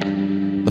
The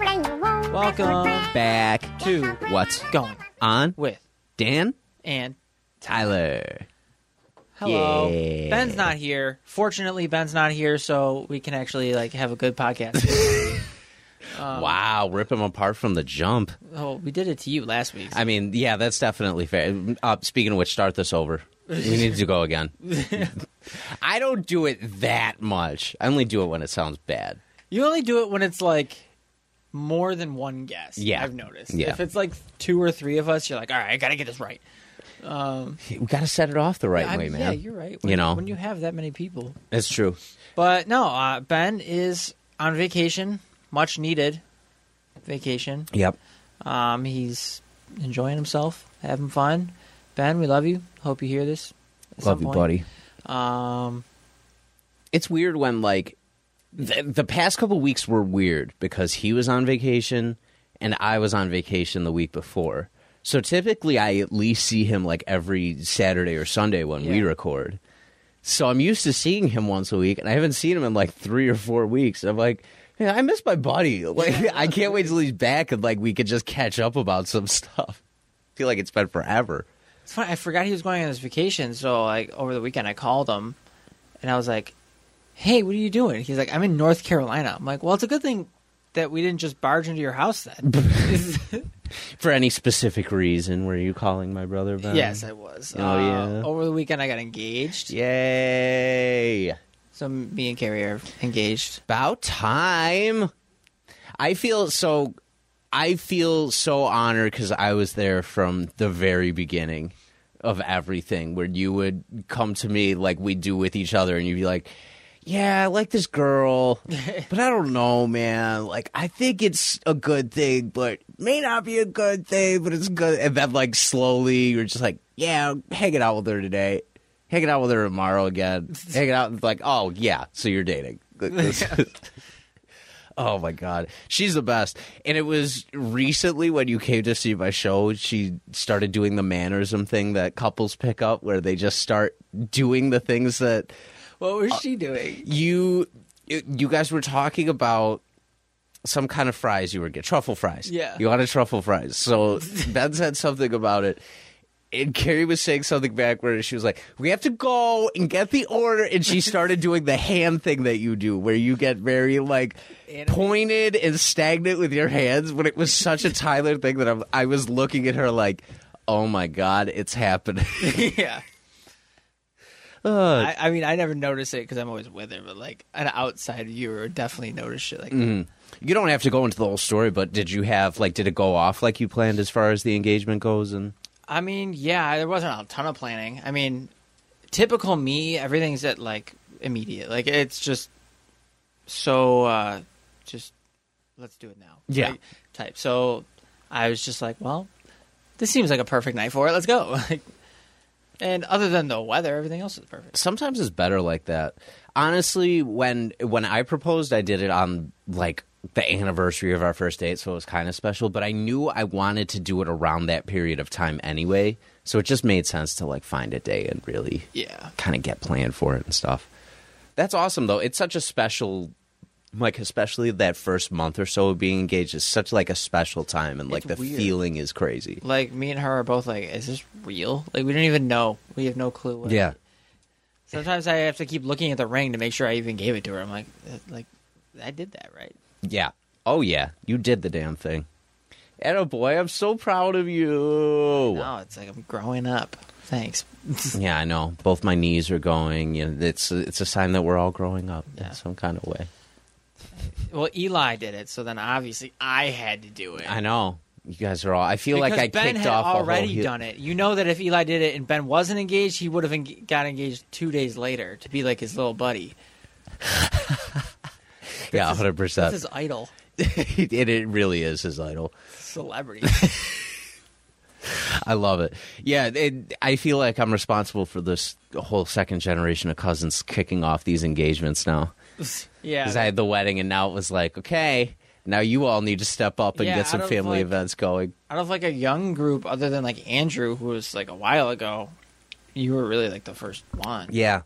Welcome back to What's Going On with with Dan and Tyler. hello. Yeah. Ben's not here. Fortunately, Ben's not here, so we can actually like have a good podcast. Um, wow, rip him apart from the jump. oh, we did it to you last week. I mean, yeah, that's definitely fair. Uh, speaking of which, start this over. We need to go again. I don't do it that much. I only do it when it sounds bad. you only do it when it's like more than one guess. Yeah. I've noticed. Yeah. If it's like two or three of us, you're like, all right, I gotta get this right. We got to set it off the right I'm- way, man. Yeah, you're right. you know, when you have that many people. it's true. But no, uh, Ben is on vacation, much needed vacation. Yep. Um, he's enjoying himself, having fun. Ben, we love you. Hope you hear this. at Love some you, point. buddy. Um, it's weird when like the, the past couple weeks were weird because he was on vacation and I was on vacation the week before. So typically I at least see him like every Saturday or Sunday when we Yeah. record. So I'm used to seeing him once a week and I haven't seen him in like 3 or 4 weeks. I'm like Man, I miss my buddy. Like, I can't wait till he's back and like we could just catch up about some stuff. I feel like it's been forever. it's funny. I forgot he was going on his vacation. So like over the weekend, I called him, and I was like, "Hey, what are you doing?" He's like, "I'm in North Carolina." I'm like, "Well, it's a good thing that we didn't just barge into your house then." For any specific reason, were you calling my brother? Ben? yes, I was. Oh, Uh, yeah. Over the weekend, I got engaged. Yay! So me and Carrie are engaged. About time. I feel so. I feel so honored because I was there from the very beginning of everything, where you would come to me like we do with each other, and you'd be like, "Yeah, I like this girl, but I don't know, man. Like, I think it's a good thing, but may not be a good thing, but it's good." And then, like, slowly, you're just like, "Yeah, I'm hanging out with her today." Hanging out with her tomorrow again. Hanging out, like, oh, yeah, so you're dating. Oh my god, she's the best. And it was recently when you came to see my show, she started doing the mannerism thing that couples pick up, where they just start doing the things that What Uh, was she doing? you you guys were talking about. Some kind of fries you were getting truffle fries. Yeah. you wanted truffle fries. So Ben said something about it, and Carrie was saying something back where she was like, "We have to go and get the order," and she started doing the hand thing that you do, where you get very like Animated. pointed and stagnant with your hands. But it was such a Tyler thing that I'm, I was looking at her like, "Oh my god, it's happening." yeah. Ugh. I, I mean, I never notice it because I'm always with her, but like an outside viewer would definitely notice shit like you don't have to go into the whole story, but did you have like did it go off like you planned as far as the engagement goes? And I mean, yeah, there wasn't a ton of planning. I mean, typical me, everything's at like immediate. Like it's just so uh just let's do it now. Yeah. Like, type. So I was just like, well, this seems like a perfect night for it. Let's go. Like and other than the weather, everything else is perfect. sometimes it's better like that. Honestly, when when I proposed, I did it on like the anniversary of our first date, so it was kind of special. But I knew I wanted to do it around that period of time anyway, so it just made sense to like find a day and really Yeah. kind of get planned for it and stuff. That's awesome though. It's such a special like especially that first month or so of being engaged is such like a special time and like It's the weird. feeling is crazy. Like me and her are both like, is this real? Like we don't even know. We have no clue. What Yeah. Sometimes I have to keep looking at the ring to make sure I even gave it to her. I'm like, eh, like I did that right. Yeah. Oh yeah. You did the damn thing. And oh boy, I'm so proud of you. No, it's like I'm growing up. Thanks. Yeah, I know. Both my knees are going. You know, it's it's a sign that we're all growing up Yeah. in some kind of way. Well, Eli did it, so then obviously I had to do it. I know. you guys are all. I feel like Because I Ben kicked had off a whole already hu- done it. You know that if Eli did it and Ben wasn't engaged, he would have eng- got engaged two days later to be like his little buddy. Yeah, hundred That's percent. his idol, It it really is his idol. celebrity. I love it. Yeah, it, I feel like I'm responsible for this whole second generation of cousins kicking off these engagements now. yeah, Because I had the wedding, and now it was like, okay, now you all need to step up and Yeah, get I some don't family like- events going. out of like a young group, other than like Andrew, who was like a while ago, you were really like the first one. Yeah.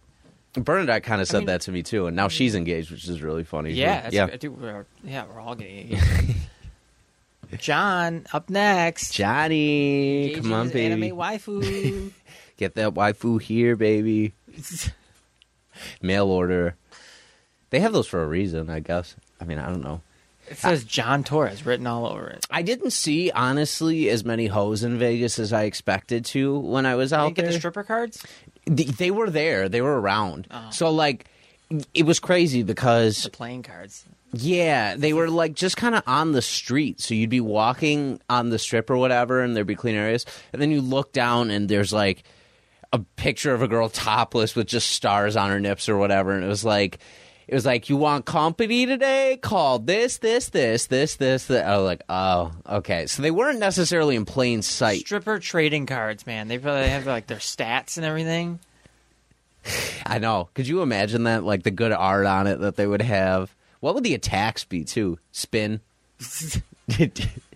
Bernadette kind of said mean- Mm. that to me too, and now she's engaged, which is really funny. too. Yeah, that's, yeah. Dude, we're, yeah, we're all getting. engaged. John up next. Johnny, Engaging come on, his baby, Anime waifu. get that waifu here, baby. Mail order. They have those for a reason, I guess. I mean, I don't know. it says John Torres written all over it. I didn't see honestly as many hoes in Vegas as I expected to when I was Did out you get there. the stripper cards? they, they were there. They were around. Oh. So like it was crazy because The playing cards. yeah, they were like just kind of on the street. So you'd be walking on the strip or whatever and there'd be clean areas and then you look down and there's like a picture of a girl topless with just stars on her nips or whatever and it was like it was like you want company today call this this this this this that I was like oh okay so they weren't necessarily in plain sight Stripper trading cards, man. They probably have like their stats and everything. I know. Could you imagine that? Like the good art on it that they would have. What would the attacks be too? Spin,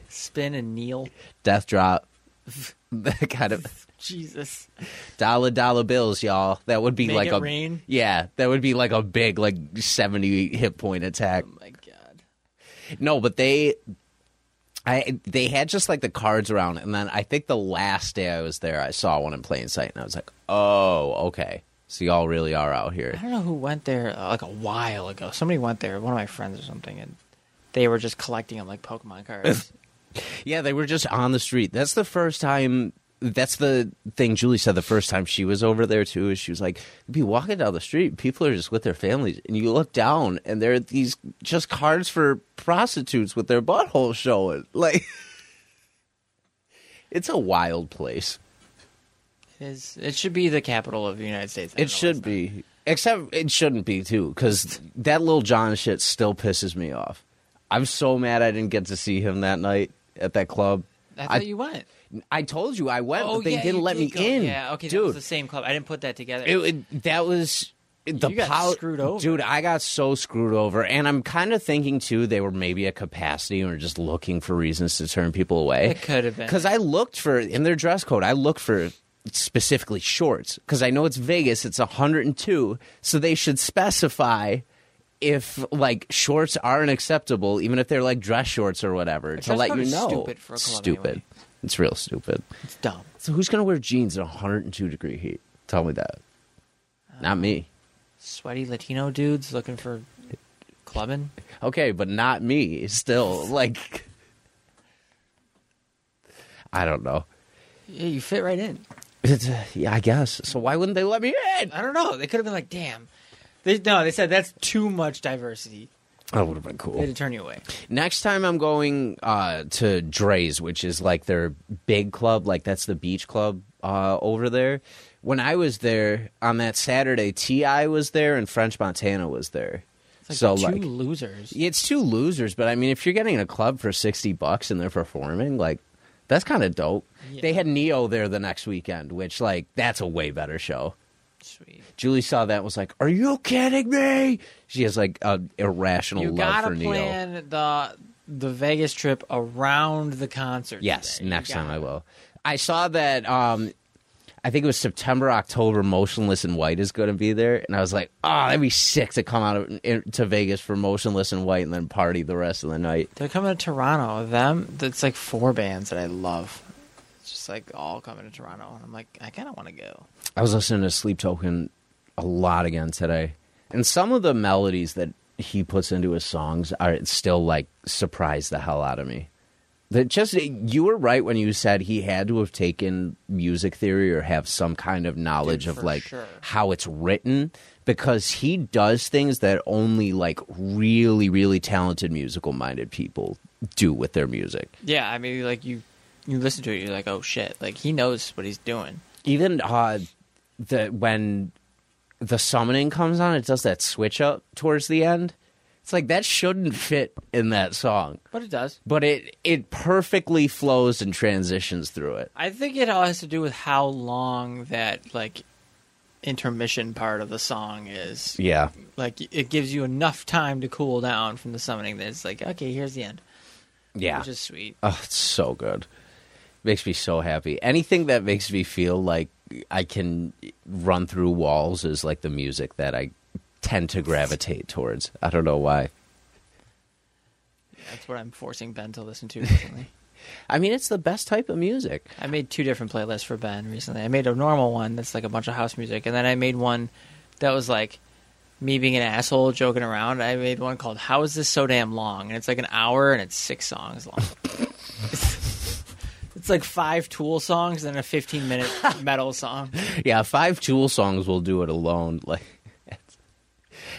Spin and kneel. death drop, that kind of Jesus. Oh dollar dollar bills, y'all. That would be Make like it a rain? yeah. That would be like a big like seventy hit point attack. Oh my god. No, but they. I, they had just like the cards around, and then I think the last day I was there, I saw one in plain sight, and I was like, "Oh, okay, so y'all really are out here." I don't know who went there uh, like a while ago. Somebody went there, one of my friends or something, and they were just collecting them like Pokemon cards. Yeah, they were just on the street. That's the first time. That's the thing Julie said the first time she was over there too. Is she was like, "You'd be walking down the street, people are just with their families, and you look down, and there are these just cards for prostitutes with their buttholes showing." Like, it's a wild place. it, is, it should be the capital of the United States. I don't It know should what's be, except it shouldn't be too, because that little John shit still pisses me off. I'm so mad I didn't get to see him that night at that club. not. I thought you went. I told you I went, oh, but they yeah, didn't you let did me go. in. Yeah, okay, that was dude. the same club. I didn't put that together. it, it- that was the You got pol- screwed over. dude. I got so screwed over, and I'm kind of thinking too they were maybe at capacity or just looking for reasons to turn people away. It could have been. because I looked for in their dress code. I looked for specifically shorts because I know it's Vegas. It's 102, so they should specify. If like shorts aren't acceptable, even if they're like dress shorts or whatever, to dress let code you is know, stupid for a club stupid. anyway. It's real stupid. it's dumb. So who's gonna wear jeans at 102 degree heat? Tell me that. Not me. Sweaty Latino dudes looking for clubbing. Okay, but not me. Still, like, I don't know. Yeah, you fit right in. It's, uh, yeah, I guess. So why wouldn't they let me in? I don't know. They could have been like, damn. They, no, they said that's too much diversity. That would have been They had to cool. turn you away. Next time I'm going uh, to Dre's, which is like their big club. Like that's the beach club uh, over there. When I was there on that Saturday, Ti was there and French Montana was there. It's like so two like losers. Yeah, It's two losers, but I mean, if you're getting a club for sixty bucks and they're performing, like that's kind of dope. Yeah. They had Neo there the next weekend, which like that's a way better show. Sweet. Julie saw that and was like, "Are you kidding me?" She has like an irrational You love gotta for Neo. plan the the Vegas trip around the concert. Yes, today. You next time gotta. I will. I saw that. um I think it was September, October. Motionless and White is going to be there, and I was like, "Oh, that'd be sick to come out of, in, to Vegas for Motionless and White, and then party the rest of the night." They're coming to Toronto. Them, that's like four bands that I love. It's just like all coming to Toronto, and I'm like, I kind of want to go. I was listening to Sleep Token a lot again today, and some of the melodies that he puts into his songs are still like surprise the hell out of me. That just you were right when you said he had to have taken music theory or have some kind of knowledge Dude, of for like sure. how it's written because he does things that only like really really talented musical minded people do with their music. Yeah, I mean, like you, you listen to it, you're like, oh shit, like he knows what he's doing. Even uh the when the summoning comes on it does that switch up towards the end. It's like that shouldn't fit in that song. But it does. but it it perfectly flows and transitions through it. I think it all has to do with how long that like intermission part of the song is. Yeah, Like it gives you enough time to cool down from the summoning that it's like, okay, here's the end. yeah. Which is sweet. oh, it's so good. Makes me so happy. Anything that makes me feel like I can run through walls is like the music that I tend to gravitate towards. I don't know why. That's what I'm forcing Ben to listen to recently. I mean, it's the best type of music. I made two different playlists for Ben recently. I made a normal one that's like a bunch of house music, and then I made one that was like me being an asshole joking around. I made one called "How Is This So Damn Long?" and it's like an hour and it's six songs long. it's like five Tool songs and a fifteen-minute metal song. Yeah, five Tool songs will do it alone. Like,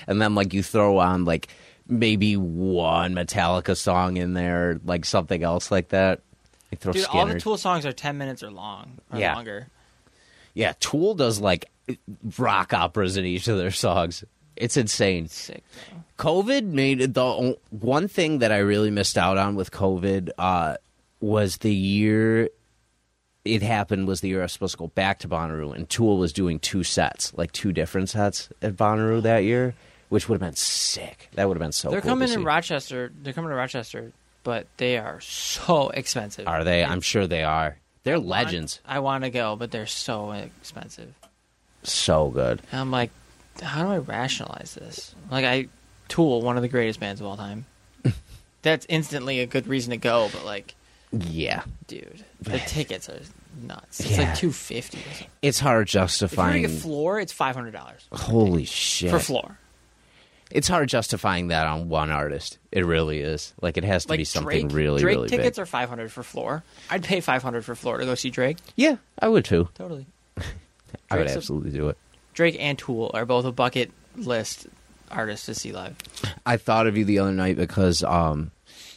and then like you throw on like maybe one Metallica song in there, like something else like that. You throw Dude, all Skinner. the Tool songs are ten minutes or long or Yeah. longer. yeah, Tool does like rock operas in each of their songs. It's insane. Sick. though. Oh, COVID made it the o- one thing that I really missed out on with COVID uh, was the year it happened was the year I was supposed to go back to Bonnaroo, and Tool was doing two sets, like two different sets at Bonnaroo that year, which would have been sick. That would have been so. They're cool coming to to see. Rochester. They're coming to Rochester, but they are so expensive. Are they? I'm sure they are. They're legends. I want to go, but they're so expensive. So good. And I'm like, how do I rationalize this? Like, I Tool, one of the greatest bands of all time. That's instantly a good reason to go, but like, Yeah, dude, the tickets are nuts. It's Yeah. like two fifty. If it's hard you're gonna justifying. get floor, it's five hundred dollars Holy shit! for floor. it's hard justifying that on one artist. It really is. Like it has to Like be something Drake, really, Drake really tickets big. are five hundred for floor. I'd pay five hundred for floor to go see Drake. yeah, I would too. Totally. I would Drake's a- absolutely do it. Drake and Tool are both a bucket list artists to see live. I thought of you the other night because um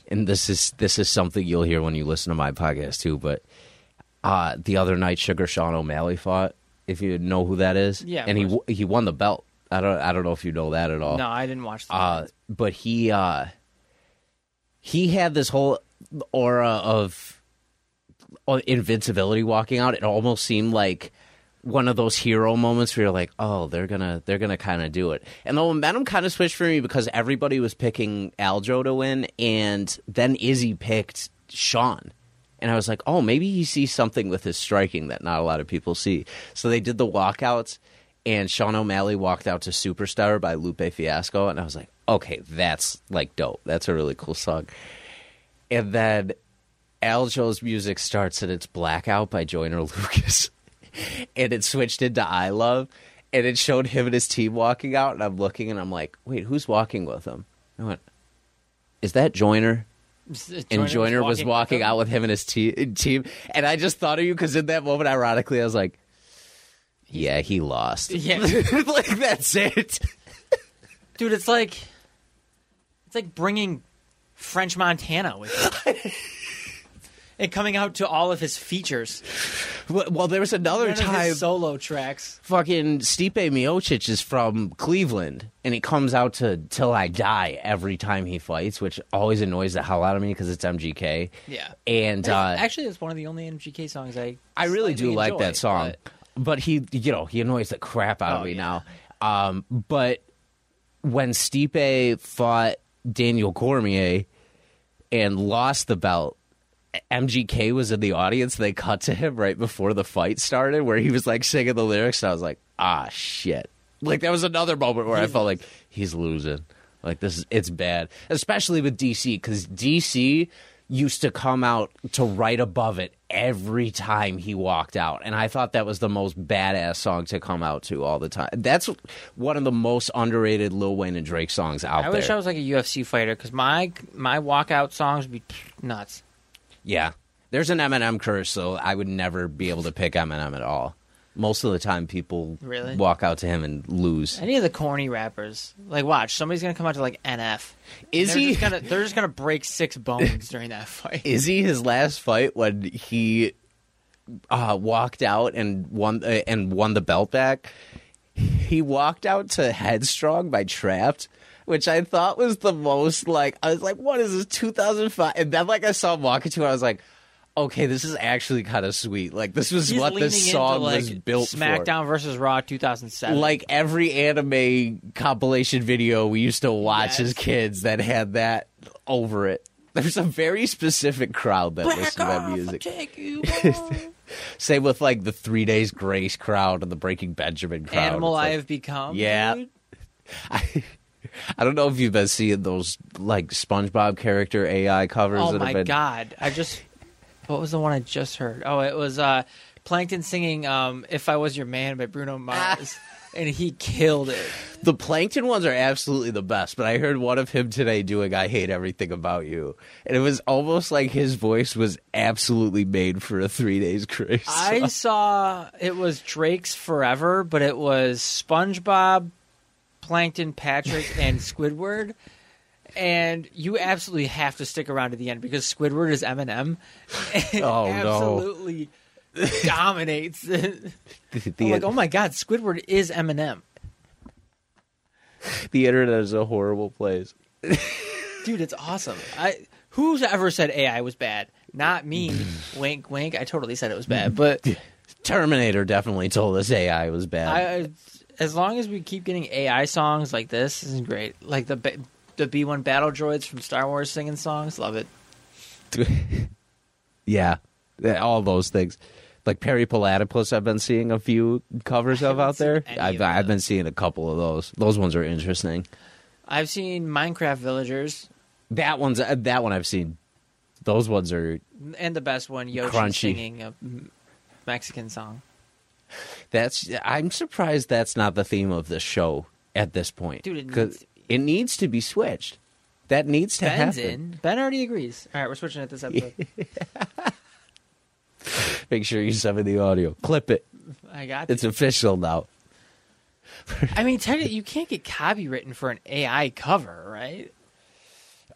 and this is this is something you'll hear when you listen to my podcast too, but uh the other night Sugar Sean O'Malley fought, if you know who that is. Yeah, of And he course. w- he won the belt. I don't I don't know if you know that at all. No, I didn't watch. The Oh. Uh but he uh he had this whole aura of uh, invincibility walking out. It almost seemed like one of those hero moments where you're like, "Oh, they're gonna they're gonna kind of do it." And the momentum kind of switched for me because everybody was picking Aljo to win, and then Izzy picked Sean. And I was like, oh, maybe he sees something with his striking that not a lot of people see. So they did the walkouts, and Sean O'Malley walked out to Superstar by Lupe Fiasco. And I was like, okay, that's like dope. That's a really cool song. And then Aljo's music starts and it's Blackout by Joyner Lucas. and it switched into I Love. And it showed him and his team walking out. And I'm looking and I'm like, wait, who's walking with him? I went, is that Joyner? and Joyner was walking out with him and his te- team. And I just thought of you because in that moment, ironically, I was like, yeah, he lost. Yeah. like, that's it. dude it's like it's like bringing french montana with you and coming out to all of his features Well, well, there was another None of his time. solo tracks fucking Stipe Miocic is from Cleveland, and he comes out to "Till I Die" every time he fights, which always annoys the hell out of me because it's MGK. Yeah. and uh, actually it's one of the only mgk songs i I really do slightly like enjoy, that song, but- but... he, you know, he annoys the crap out Oh, of me yeah. now. Um, but when Stipe fought Daniel Cormier and lost the belt. MGK was in the audience. They cut to him right before the fight started, where he was like singing the lyrics. And I was like, ah, shit. Like that was another moment where I felt like he's losing. Like this, is, it's bad, especially with DC because DC used to come out to right above it every time he walked out, and I thought that was the most badass song to come out to all the time. That's one of the most underrated Lil Wayne and Drake songs out i there. wish i was like a ufc fighter because my my walkout songs would be nuts Yeah, there's an M&M curse, so I would never be able to pick M&M at all. Most of the time, people Really? walk out to him and lose. Any of the corny rappers, like watch, somebody's gonna come out to like NF. Is they're he- Just gonna, they're just gonna break six bones during that fight. Izzy, his last fight when he uh, walked out and won uh, and won the belt back, he walked out to Headstrong by Trapped, which I thought was the most like I was like, what is this 2005? And then like I saw him walking to, it, I was like. Okay, this is actually kind of sweet. Like this was He's what this leaning song into, like, was built for. SmackDown versus Raw 2007. like every anime compilation video we used to watch Yes. as kids that had that over it. There's a very specific crowd that listened to that music. take you home. Same with like the Three Days Grace crowd and the Breaking Benjamin crowd. Animal It's I like- have become. Yeah. dude. I don't know if you've been seeing those like SpongeBob character AI covers. Oh that my have been... god! I just what was the one I just heard? Oh, it was uh, Plankton singing um, "If I Was Your Man" by Bruno Mars, and he killed it. The plankton ones are absolutely the best, but I heard one of him today doing I Hate Everything About You. And it was almost like his voice was absolutely made for a three days grace. I saw it was Drake's Forever, but it was SpongeBob, Plankton, Patrick, and Squidward. And you absolutely have to stick around to the end because Squidward is Eminem. And Oh, no. absolutely dominates. it. the, I'm like, oh my god, Squidward is Eminem, the internet is a horrible place. dude. It's awesome. I who's ever said AI was bad? Not me. wink, wink. I totally said it was bad, but Terminator definitely told us AI was I, bad. I- as long as we keep getting AI songs like this, this is great. Like the ba- the B one battle droids from Star Wars singing songs, love it. yeah, Yeah, all those things. Like Perry Platypus, I've been seeing a few covers I of haven't out there. seen any I've, of I've those. been seeing a couple of those. Those ones are interesting. I've seen Minecraft villagers, That one's uh, that one I've seen. Those ones are and the best one Yoshi Crunchy. singing a m- Mexican song. That's I'm surprised that's not the theme of this show at this point. Dude, it 'Cause needs to it needs to be switched. That needs to Ben's happen. in. Ben already agrees. All right, we're switching it this episode. Make sure you summon the audio. Clip it. I got It's it. official now. I mean, technically, you can't get copywritten for an AI cover, right?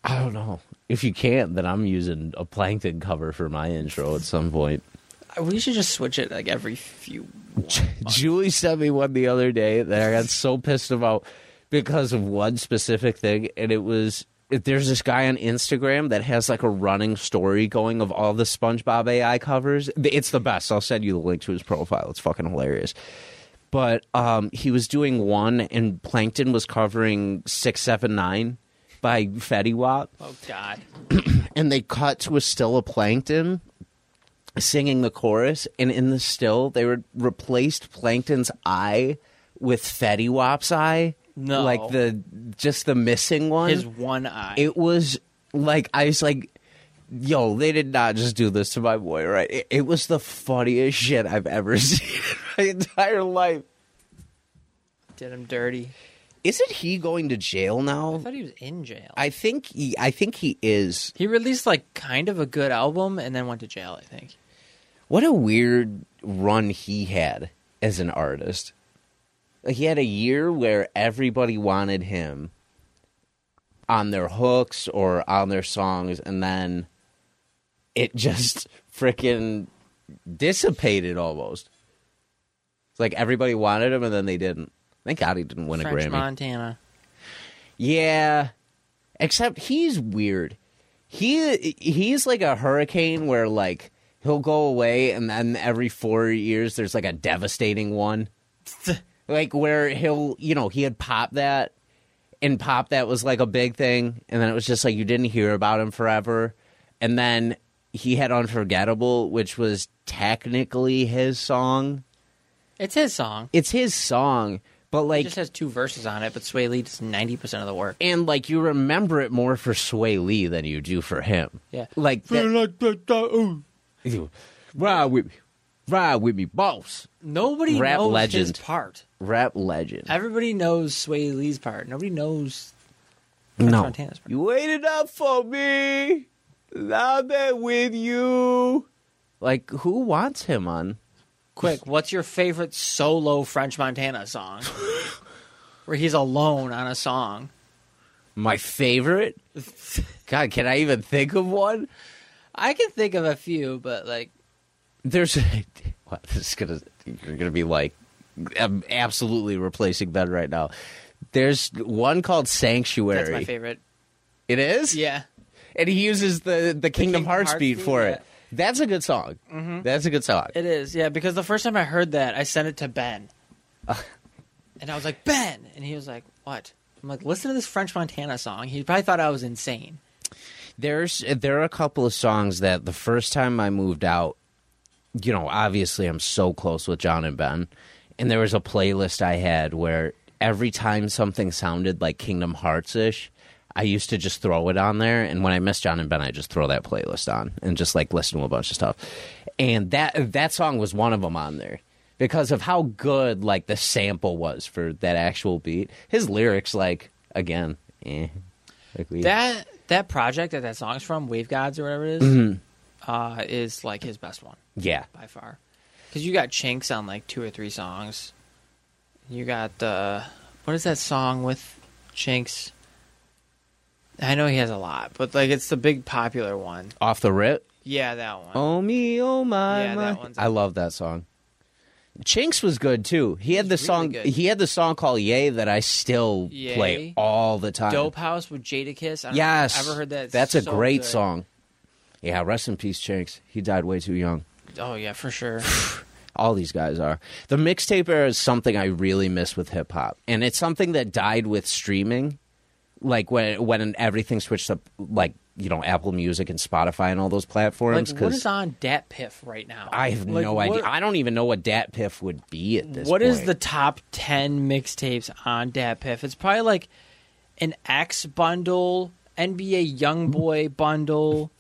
I don't know. If you can't, then I'm using a plankton cover for my intro at some point. We should just switch it like every few. Julie sent me one the other day that I got so pissed about because of one specific thing, and it was there's this guy on Instagram that has like a running story going of all the SpongeBob AI covers. It's the best. I'll send you the link to his profile. It's fucking hilarious. But um, he was doing one, and Plankton was covering six seven nine by Fetty Wap Oh God! and they cut to a still of plankton singing the chorus and in the still they re- replaced plankton's eye with fetty wap's eye No. like the just the missing one His one eye. it was like i was like yo they did not just do this to my boy right it, it was the funniest shit i've ever seen in my entire life did him dirty. isn't he going to jail I now thought he was in jail. i think he, i think he is He released like kind of a good album and then went to jail, I think. what a weird run he had as an artist. Like, He had a year where everybody wanted him on their hooks or on their songs, and then it just freaking dissipated almost. It's like everybody wanted him, and then they didn't. Thank God he didn't win French a Grammy. Montana. Yeah. Except he's weird. He he's like a hurricane where like he'll go away and then every 4 years there's like a devastating one. like where he'll, you know, he had pop that and pop that was like a big thing and then it was just like you didn't hear about him forever. And then he had unforgettable which was technically his song. It's his song. It's his song, but It like just has two verses on it, but Sway Lee does ninety percent of the work. and like you remember it more for Sway Lee than you do for him. Yeah. like that, ride with me, ride with me, boss. Nobody Rap knows legend. his part. Rap legend. Everybody knows Sway Lee's part. Nobody knows French no, Montana's part. you waited up for me. I'm there with you. Like, who wants him on? Quick, what's your favorite solo French Montana song? Where he's alone on a song. My favorite? God, can I even think of one? I can think of a few, but like, There's. Wow, this is gonna. You're gonna be like, I'm absolutely replacing Ben right now. There's one called Sanctuary. that's my favorite. It is. Yeah. and he uses the the Kingdom, Kingdom Hearts Hearts beat beat, for yeah. Mm-hmm. it. That's a good song. That's a good song. It is, yeah, because the first time I heard that, I sent it to Ben. and I was like, Ben! And he was like, what? I'm like, listen to this French Montana song. He probably thought I was insane. There's there are a couple of songs that the first time I moved out, you know, obviously I'm so close with John and Ben, and there was a playlist I had where every time something sounded like Kingdom Hearts ish, I used to just throw it on there, and when I miss John and Ben, I just throw that playlist on and just like listen to a bunch of stuff, and that that song was one of them on there. Because of how good like the sample was for that actual beat, his lyrics like again, eh, like we, That that project that that song's from, Wave Gods or whatever it is, uh, is like his best one yeah, by far. Because you got chinks on like two or three songs. You got uh, what is that song with chinks? I know he has a lot, but like it's the big popular one. off the rip. Yeah, that one. Oh me, oh my, Yeah, my. that one's- I love that song. Chinks was good too. He had the was song. really good. He had the song called "Yay" that I still Yay. play all the time. Dope House with Jadakiss. I don't Yes, know if you've ever heard that? It's That's a so great good. song. Yeah, rest in peace, Chinks. He died way too young. Oh yeah, for sure. All these guys are. The mixtape era is something I really miss with hip hop, and it's something that died with streaming. Like when when everything switched up, like you know, Apple Music and Spotify and all those like platforms. what is on Dat Piff right now? I have Like, no what- idea. I don't even know what Dat Piff would be at this. What point. is the top 10 mixtapes on Dat Piff? It's probably like an X bundle, NBA Youngboy bundle,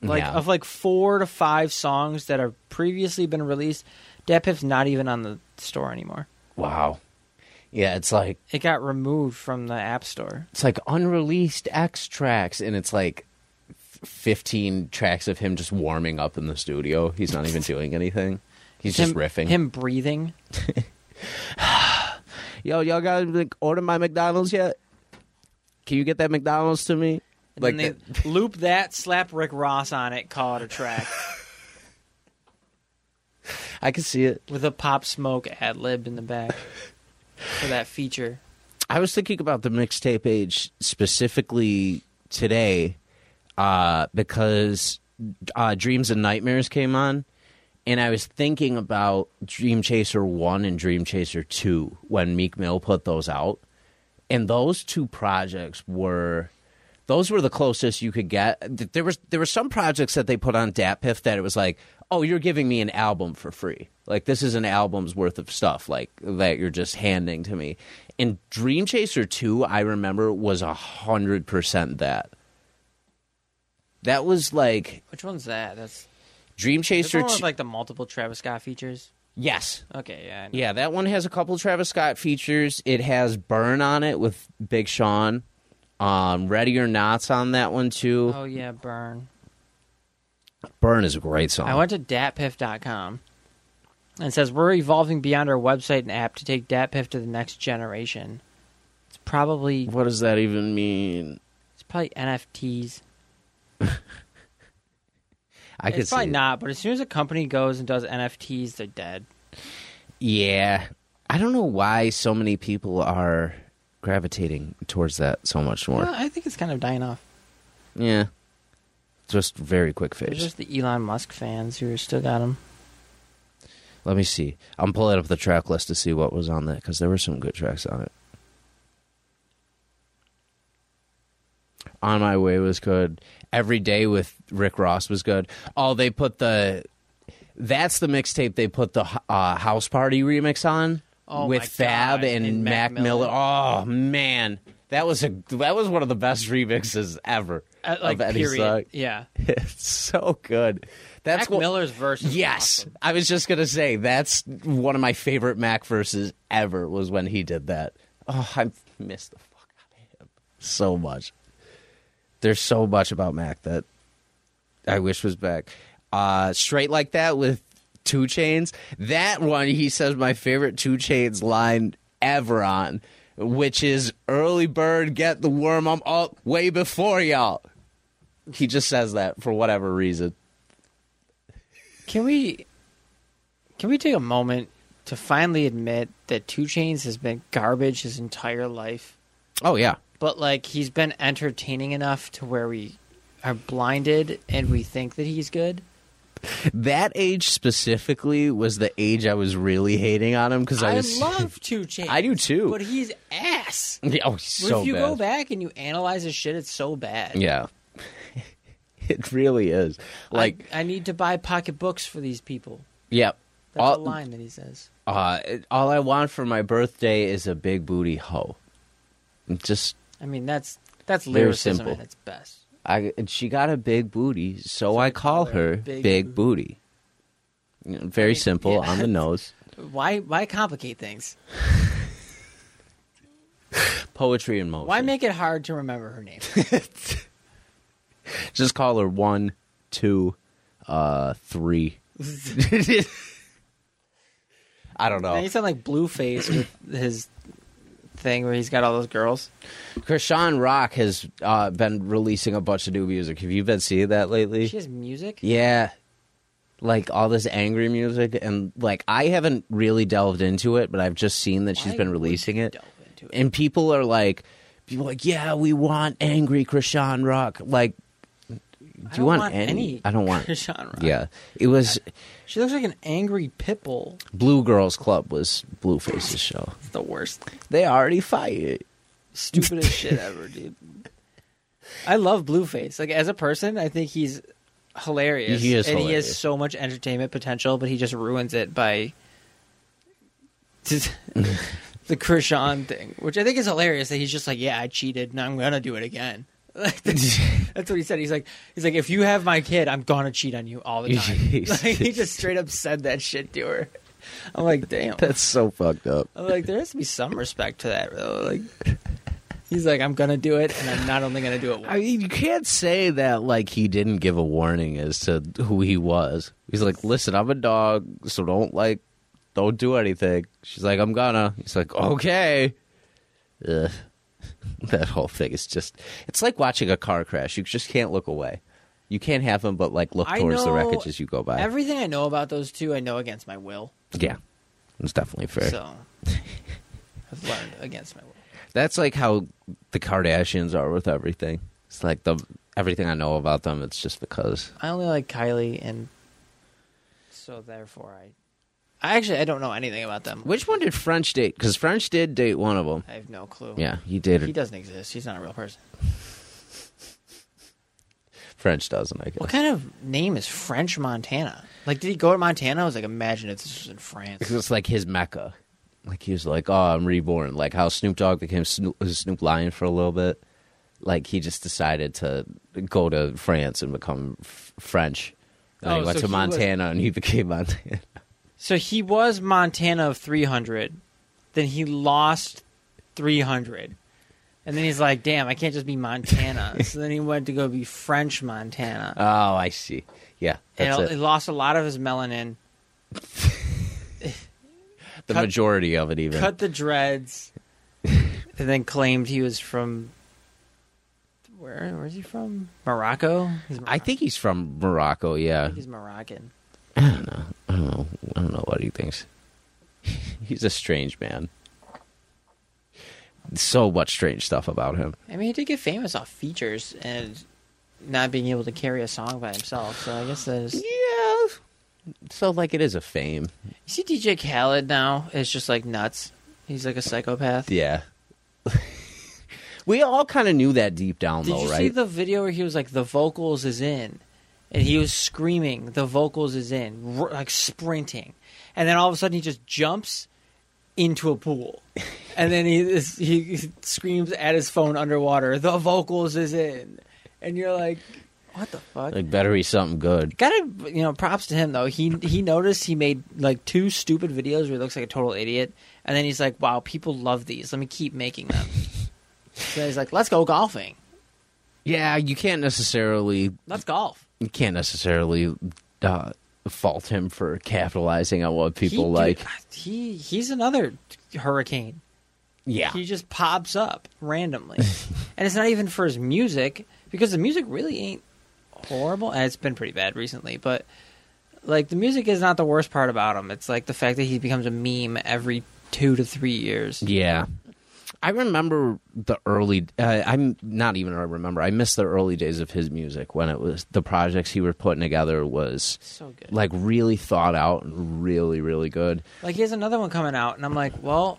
like Mm-hmm. Yeah. of like four to five songs that have previously been released. Dat Piff's not even on the store anymore. wow? Yeah, it's like It got removed from the App Store. it's like unreleased X tracks, and it's like f- fifteen tracks of him just warming up in the studio. He's not even doing anything. He's just him, riffing. Him breathing. Yo, y'all got like order my McDonald's yet? Can you get that McDonald's to me? And then they loop that, slap Rick Ross on it, call it a track the- I can see it. with a pop smoke ad lib in the back for that feature. I was thinking about the mixtape age specifically today uh, because uh, Dreams and Nightmares came on, and I was thinking about Dream Chaser 1 and Dream Chaser 2 when Meek Mill put those out. And those two projects were. Those were the closest you could get. Th- There was there were some projects that they put on Datpiff that it was like, oh, you're giving me an album for free. Like this is an album's worth of stuff like that you're just handing to me. And Dream Chaser two, I remember, was hundred percent that. That was like Which one's that? That's Dream Is Chaser one two. with like the multiple Travis Scott features? yes, Okay, yeah. I know. yeah, that one has a couple Travis Scott features. It has Burn on it with Big Sean. Um, Ready or Not's on that one too. Oh yeah, burn. Burn is a great song. I went to datpiff.com and it says we're evolving beyond our website and app to take datpiff to the next generation. It's probably What does that even mean? it's probably NFTs. I could it's probably see it. not, but as soon as a company goes and does NFTs, they're dead. Yeah, I don't know why so many people are gravitating towards that so much more. Well, I think it's kind of dying off. Yeah, just very quick There's fix. just the Elon Musk fans who still got him. Let me see. I'm pulling up the track list to see what was on that because there were some good tracks on it. On My Way was good. Every Day with Rick Ross was good. Oh, they put the. That's the mixtape they put the uh, House Party remix on Oh, with my Fab God, and, and Mac Mac Miller. Miller. Oh man, that was a that was one of the best remixes ever Uh, like of any period. song. Yeah. It's so good. That's Mac what, Miller's verse. is Yes, awesome. I was just gonna say that's one of my favorite Mac verses ever was when he did that. Oh, I miss the fuck out of him so much. There's so much about Mac that I wish was back. Uh, straight like that with two chains. That one he says my favorite two chains line ever on, which is early bird get the worm. I'm up way before y'all. He just says that for whatever reason. Can we can we take a moment to finally admit that Two Chains has been garbage his entire life? Oh yeah, But like he's been entertaining enough to where we are blinded and we think that he's good. that age specifically was the age I was really hating on him because I, I was love Two Chains. I do too. But he's ass. Yeah, oh, he's so if you bad. go back and you analyze his shit, it's so bad. Yeah. it really is. I- Like, I, need to buy pocketbooks for these people. yeah. That's the All, line that he says. uh, it- all I want for my birthday is a big booty hoe. Just, I mean, that's that's Very lyricism simple. at its best. I, and she got a big booty, so, I call her Big, Big Booty. You know, Very simple, yeah. on the nose. Why why complicate things? Poetry in motion. Why make it hard to remember her name? Just call her one, two, uh, three. I don't Now know. you sound like Blueface with his thing where he's got all those girls. Krishan Rock has uh, been releasing a bunch of new music. Have you been seeing that lately? She has music. Yeah. Like all this angry music and like I haven't really delved into it, but I've just seen that she's Why been would releasing you it. delve into it? And people are like people are like, "Yeah, we want angry Krishan Rock." Like do I you don't want, want any? any I don't want. Krishan Rock. Yeah. It was She looks like an angry pit bull. Blue Girls Club was Blueface's show. It's the worst, They already fired. stupidest shit ever, dude. I love Blueface. Like as a person, I think he's hilarious. He is and he hilarious. has so much entertainment potential, but he just ruins it by just the Krishan thing, which I think is hilarious. That he's just like, yeah, I cheated, and I'm gonna do it again. Like, that's, that's what he said. He's like, he's like, if you have my kid, I'm gonna cheat on you all the time. Jeez. Like, he just straight up said that shit to her. I'm like, damn. That's so fucked up. I'm like, there has to be some respect to that, though. Like, he's like, I'm gonna do it, and I'm not only gonna do it once. I mean, you can't say that like he didn't give a warning as to who he was. He's like, "Listen, I'm a dog, so don't like, don't do anything." She's like, "I'm gonna." He's like, "Okay." Ugh. That whole thing is just—it's like watching a car crash. You just can't look away. You can't have them, but like look I towards the know wreckage as you go by. Everything I know about those two, I know against my will. yeah, it's definitely fair. So I've learned against my will. That's like how the Kardashians are with everything. It's like the everything I know about them. It's just because. I only like Kylie, and so therefore I. I actually I don't know anything about them. Which one did French date? Because French did date one of them. I have no clue. Yeah, he dated He doesn't exist. He's not a real person. French doesn't. I guess. What kind of name is French Montana? Like, did he go to Montana? I was like, imagine if this was in France. 'Cause It's like his mecca. Like he was like, oh, I'm reborn. Like how Snoop Dogg became Snoop, Snoop Lion for a little bit. Like he just decided to go to France and become f- French. And then Oh, he went so to he was- Montana and he became Montana. So he was Montana of 300. Then he lost 300. And then he's like, damn, I can't just be Montana. so then he went to go be French Montana. oh, I see. Yeah, that's and it. he lost a lot of his melanin, the cut- majority of it, even. cut the dreads, and then claimed he was from. Where? Where's he from? Morocco? He's Morocco. I think he's from Morocco. Yeah, he's Moroccan. I don't know. I don't know what he thinks. He's a strange man. So much strange stuff about him. I mean, he did get famous off features and not being able to carry a song by himself. So I guess that is. Yeah. So like it is a fame. You see DJ Khaled now is just like nuts. He's like a psychopath. Yeah. we all kind of knew that deep down Did though, you right? see the video where he was like, "The vocals is in," and he was screaming, "The vocals is in," r- like sprinting, and then all of a sudden he just jumps into a pool, and then he is, he screams at his phone underwater, "The vocals is in," and you're like, "What the fuck?" like better be something good. Gotta you know, props to him though. He he noticed he made like two stupid videos where he looks like a total idiot, and then he's like, "Wow, people love these. Let me keep making them." so he's like, "Let's go golfing. Yeah, you can't necessarily Let's golf." you can't necessarily uh, fault him for capitalizing on what He- people dude, like. he he's another hurricane. yeah, He just pops up randomly, and it's not even for his music because the music really ain't horrible, and it's been pretty bad recently. But like the music is not the worst part about him. It's like the fact that he becomes a meme every two to three years. yeah. I remember the early. Uh, I'm not even. I remember. I miss the early days of his music when it was the projects he were putting together was So good. like really thought out and really really good. Like he has another one coming out, and I'm like, well,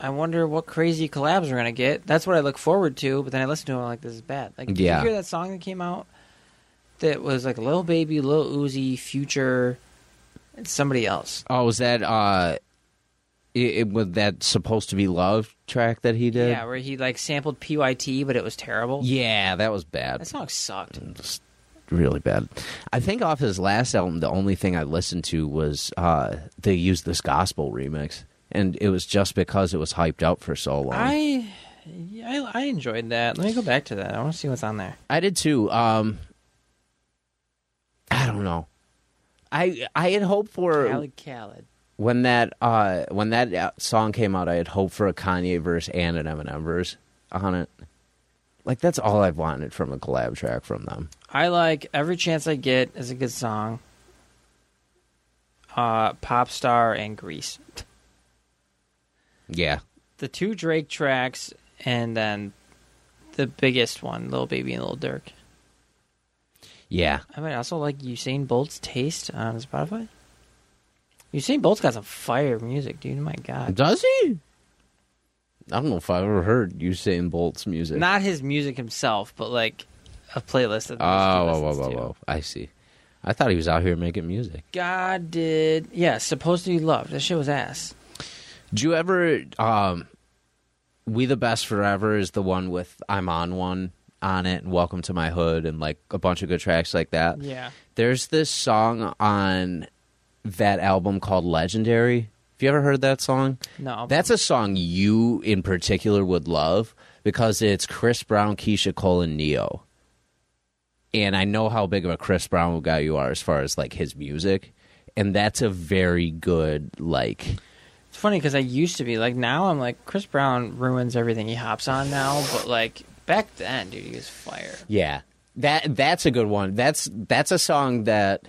I wonder what crazy collabs we're gonna get. That's what I look forward to. But then I listen to him, I'm like, this is bad. Like, did Yeah. you hear that song that came out that was like Lil Baby, Lil Uzi, Future, and somebody else. Oh, was that uh, it, it was that supposed to be love track that he did? Yeah, where he like sampled PYT, but it was terrible. Yeah, Mm, that was bad. That song sucked. just really bad. I think off his last album, the only thing I listened to was uh, they used this gospel remix, and it was just because it was hyped up for so long. I, I I enjoyed that. Let me go back to that. I want to see what's on there. I did too. Um, I don't know. I I had hoped for Khaled Khaled. when that uh, when that uh, song came out. I had hoped for a Kanye verse and an Eminem verse on it. Like that's all I've wanted from a collab track from them. I like every chance I get is a good song. Uh, pop star and Grease, Yeah, the two Drake tracks, and then the biggest one, Little Baby and Little Dirk. yeah. I might also like Usain Bolt's taste on Spotify. Usain Bolt's got some fire music, dude. My God, Does he? I don't know if I've ever heard Usain Bolt's music. not his music himself, but like a playlist. Of oh, whoa, whoa, whoa, whoa. I see. I thought he was out here making music. God did, yeah. Supposed to be loved. That shit was ass. Do you ever, um, We the Best Forever is the one with I'm on one on it and Welcome to My Hood and like a bunch of good tracks like that. Yeah. There's this song on that album called Legendary. Have you ever heard that song? No. That's a song you in particular would love because it's Chris Brown, Keisha Cole, and Neo. And I know how big of a Chris Brown guy you are as far as like his music. And that's a very good like It's funny because I used to be like now I'm like Chris Brown ruins everything he hops on now, but like back then, dude, he was fire. Yeah. That that's a good one. That's that's a song that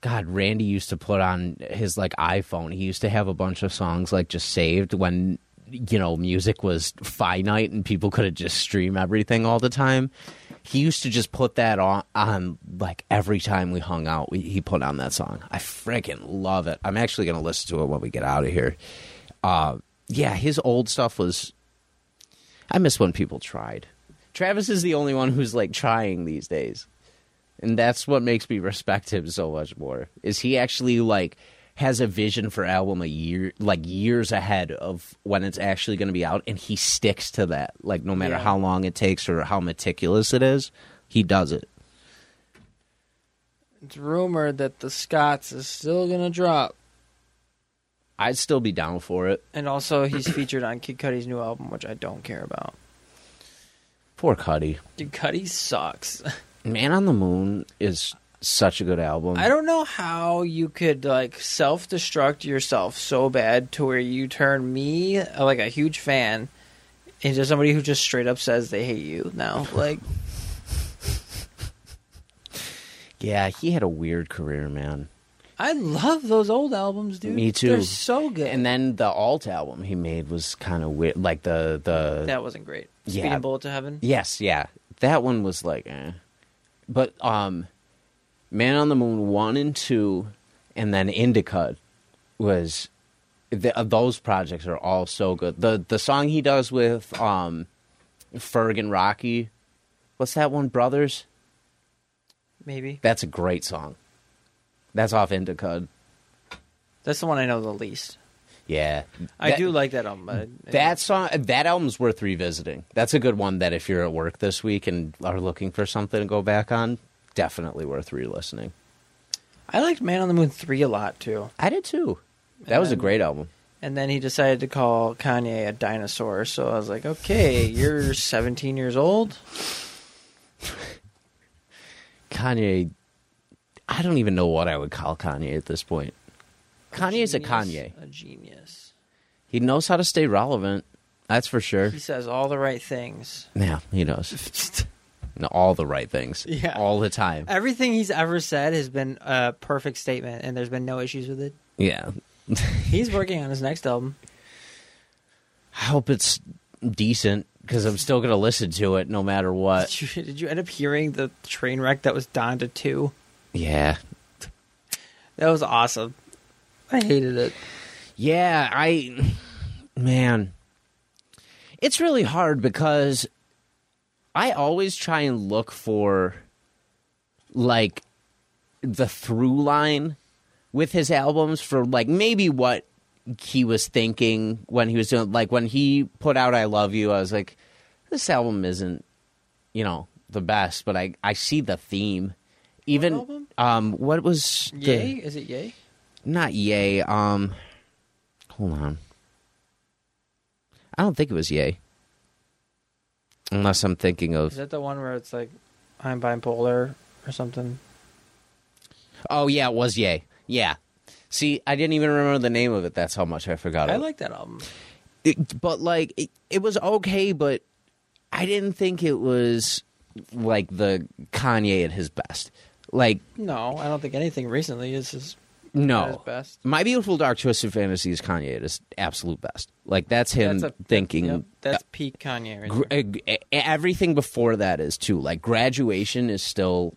God, Randy used to put on his like iPhone. He used to have a bunch of songs like just saved when you know music was finite and people could just stream everything all the time. He used to just put that on, on like every time we hung out. We, he put on that song. I freaking love it. I'm actually gonna listen to it when we get out of here. Uh, yeah, his old stuff was I miss when people tried. Travis is the only one who's like trying these days. And that's what makes me respect him so much more. Is he actually like has a vision for album a year like years ahead of when it's actually going to be out and he sticks to that like no matter Yeah. how long it takes or how meticulous it is, he does it. It's rumored that the Scots is still gonna drop, I'd still be down for it. and also he's featured on Kid Cudi's new album, which I don't care about. Poor Cuddy. Dude, Cudi sucks. Man on the Moon is such a good album. I don't know how you could like self destruct yourself so bad to where you turn me like a huge fan into somebody who just straight up says they hate you now. Like Yeah, he had a weird career, man. I love those old albums, dude. Me too. They're so good. And then the alt album he made was kind of weird. Like the the that wasn't great. Uh, Yeah. Speeding Bullet to Heaven. yes, yeah, that one was like, eh. but um, Man on the Moon one and two, and then Indica was the, uh, those projects are all so good. The the song he does with um, Ferg and Rocky, what's that one? Brothers. Maybe That's a great song. That's off Indica. that's the one I know the least. Yeah, I That- do like that album. But That song, uh, that album's worth revisiting. That's a good one. That if you're at work this week and are looking for something to go back on, definitely worth re-listening. I liked Man on the Moon three a lot too. I did too. That was a then- great album. And then he decided to call Kanye a dinosaur. So I was like, okay, you're 17 years old. Kanye. I don't even know what I would call Kanye at this point. Kanye's a Kanye. genius- A genius. He knows how to stay relevant. That's for sure. He says all the right things. Yeah, he knows And all the right things. Yeah. Uh, all the time. Everything he's ever said has been a perfect statement, and there's been no issues with it. Yeah. He's working on his next album. I hope it's decent because I'm still gonna listen to it no matter what. Did you, did you end up hearing the train wreck that was Donda 2? Yeah, That was awesome. I hated it. Yeah, I man. It's really hard because I always try and look for like the through line with his albums for like maybe what he was thinking when he was doing like when he put out I Love You, I was like, this album isn't, you know, the best, but I I see the theme. Even album? um what was the- Yay? Is it yay? not yay um hold on i don't think it was yay unless i'm thinking Is of that the one where it's like I'm bipolar or something? oh yeah it was yay yeah see i didn't even remember the name of it that's how much i forgot I it. like that album. it but like it, it was okay but i didn't think it was like the kanye at his best like No, I don't think anything recently is his, at his no best. my beautiful dark twisted fantasy is kanye at his absolute best like that's him That's a- thinking uh, Yep, that's peak Kanye. Right gr- there. uh, everything before that is too. Like graduation is still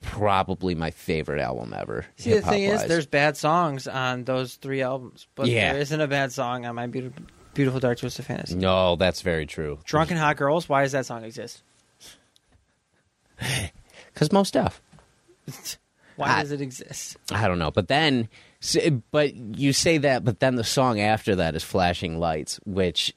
probably my favorite album ever. See, the hip-hop thing is, wise. there's bad songs on those three albums, but Yeah. there isn't a bad song on My Beautiful, Beautiful Dark Twisted Fantasy. no, that's very true. Drunken Hot Girls, why does that song exist? Because most stuff. Why I- does it exist? I don't know, but then, s- but you say that, but then the song after that is "Flashing Lights," which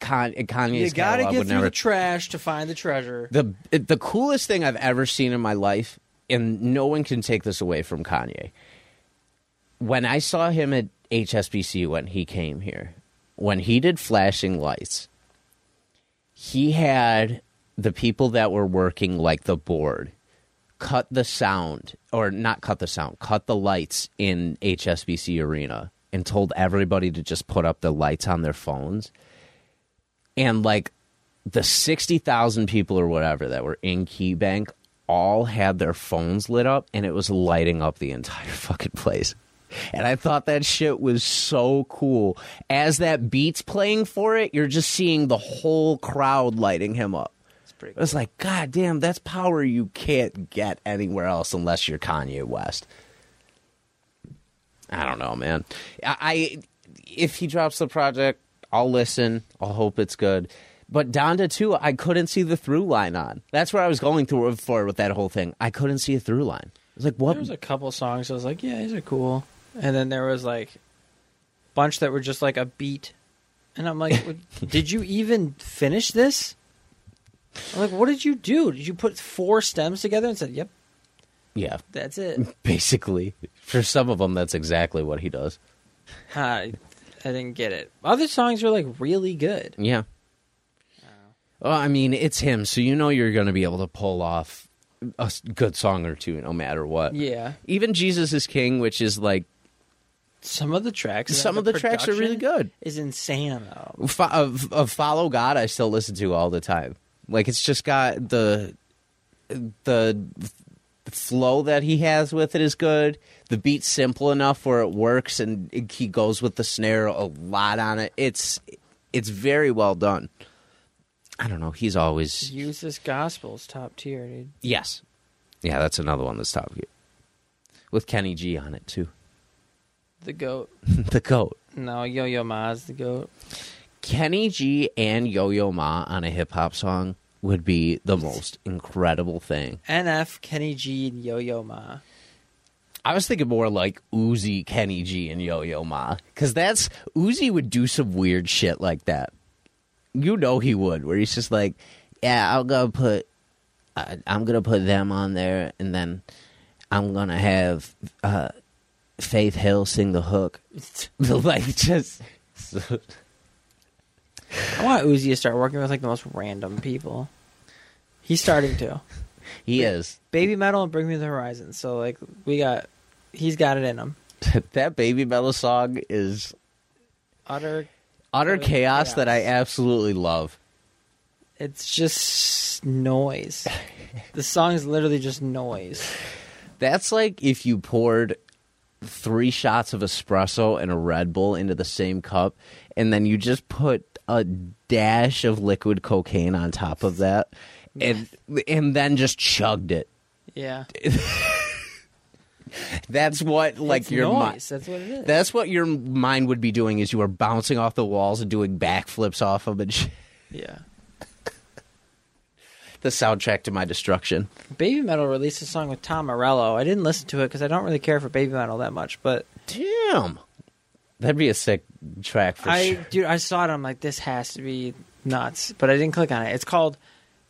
Con- You Kanye's gotta catalog get would through never the trash to find the treasure. the the coolest thing I've ever seen in my life, and no one can take this away from Kanye. When I saw him at HSBC when he came here, when he did flashing lights, he had the people that were working like the board cut the sound or not cut the sound, cut the lights in HSBC Arena and told everybody to just put up the lights on their phones and like the 60,000 people or whatever that were in Key Bank all had their phones lit up and it was lighting up the entire fucking place. And I thought that shit was so cool. As that beat's playing for it, you're just seeing the whole crowd lighting him up. pretty It was like, God damn, that's power you can't get anywhere else unless you're Kanye West. I don't know, man. I, I if he drops the project, I'll listen. I'll hope it's good. But Donda too, I couldn't see the through line on. That's where I was going through for with that whole thing. I couldn't see a through line. I was like, what? There was a couple songs I was like, yeah, these are cool. And then there was like bunch that were just like a beat. And I'm like, did you even finish this? I'm like, what did you do? Did you put four stems together and said, yep, yeah, that's it? basically. For some of them, that's exactly what he does. I, I didn't get it. Other songs were like really good. Yeah. Well, I mean, it's him, so you know you're going to be able to pull off a s- good song or two, no matter what. Yeah. Even Jesus is King, which is like Some of the tracks. Some of the tracks are really production good. Is insane, though. fo- of, of follow God, I still listen to all the time. Like it's just got the the flow that he has with it is good. The beat's simple enough where it works, and he goes with the snare a lot on it. It's it's very well done. I don't know. He's always Use this gospel's top tier, dude. yes, yeah. That's another one that's top here with Kenny G on it too. The goat. the goat. No, Yo Yo Ma's the goat. Kenny G and Yo Yo Ma on a hip hop song would be the most incredible thing. NF, Kenny G, and Yo Yo Ma. I was thinking more like Uzi, Kenny G, and Yo Yo Ma, because that's Uzi would do some weird shit like that. You know he would, where he's just like, "Yeah, I'll go put, I I'm gonna put them on there, and then I'm gonna have uh, Faith Hill sing the hook, like just." I want Uzi to start working with like the most random people. He's starting to. He is. Baby Metal and Bring Me the Horizon. So like we got, he's got it in him. that Baby Metal song is Utter. utter Utter chaos, that I chaos. absolutely love. It's just noise. the song is literally just noise. That's like if you poured three shots of espresso and a Red Bull into the same cup, and then you just put a dash of liquid cocaine on top of that, and and then just chugged it. Yeah. That's what like It's your mi- noise. That's what it is. That's what your mind would be doing is you are bouncing off the walls and doing backflips off of it. yeah. The soundtrack to my destruction. Baby Metal released a song with Tom Morello. I didn't listen to it because I don't really care for Baby Metal that much. But Damn. That'd be a sick track for I, sure. dude, I saw it. I'm like, this has to be nuts. But I didn't click on it. It's called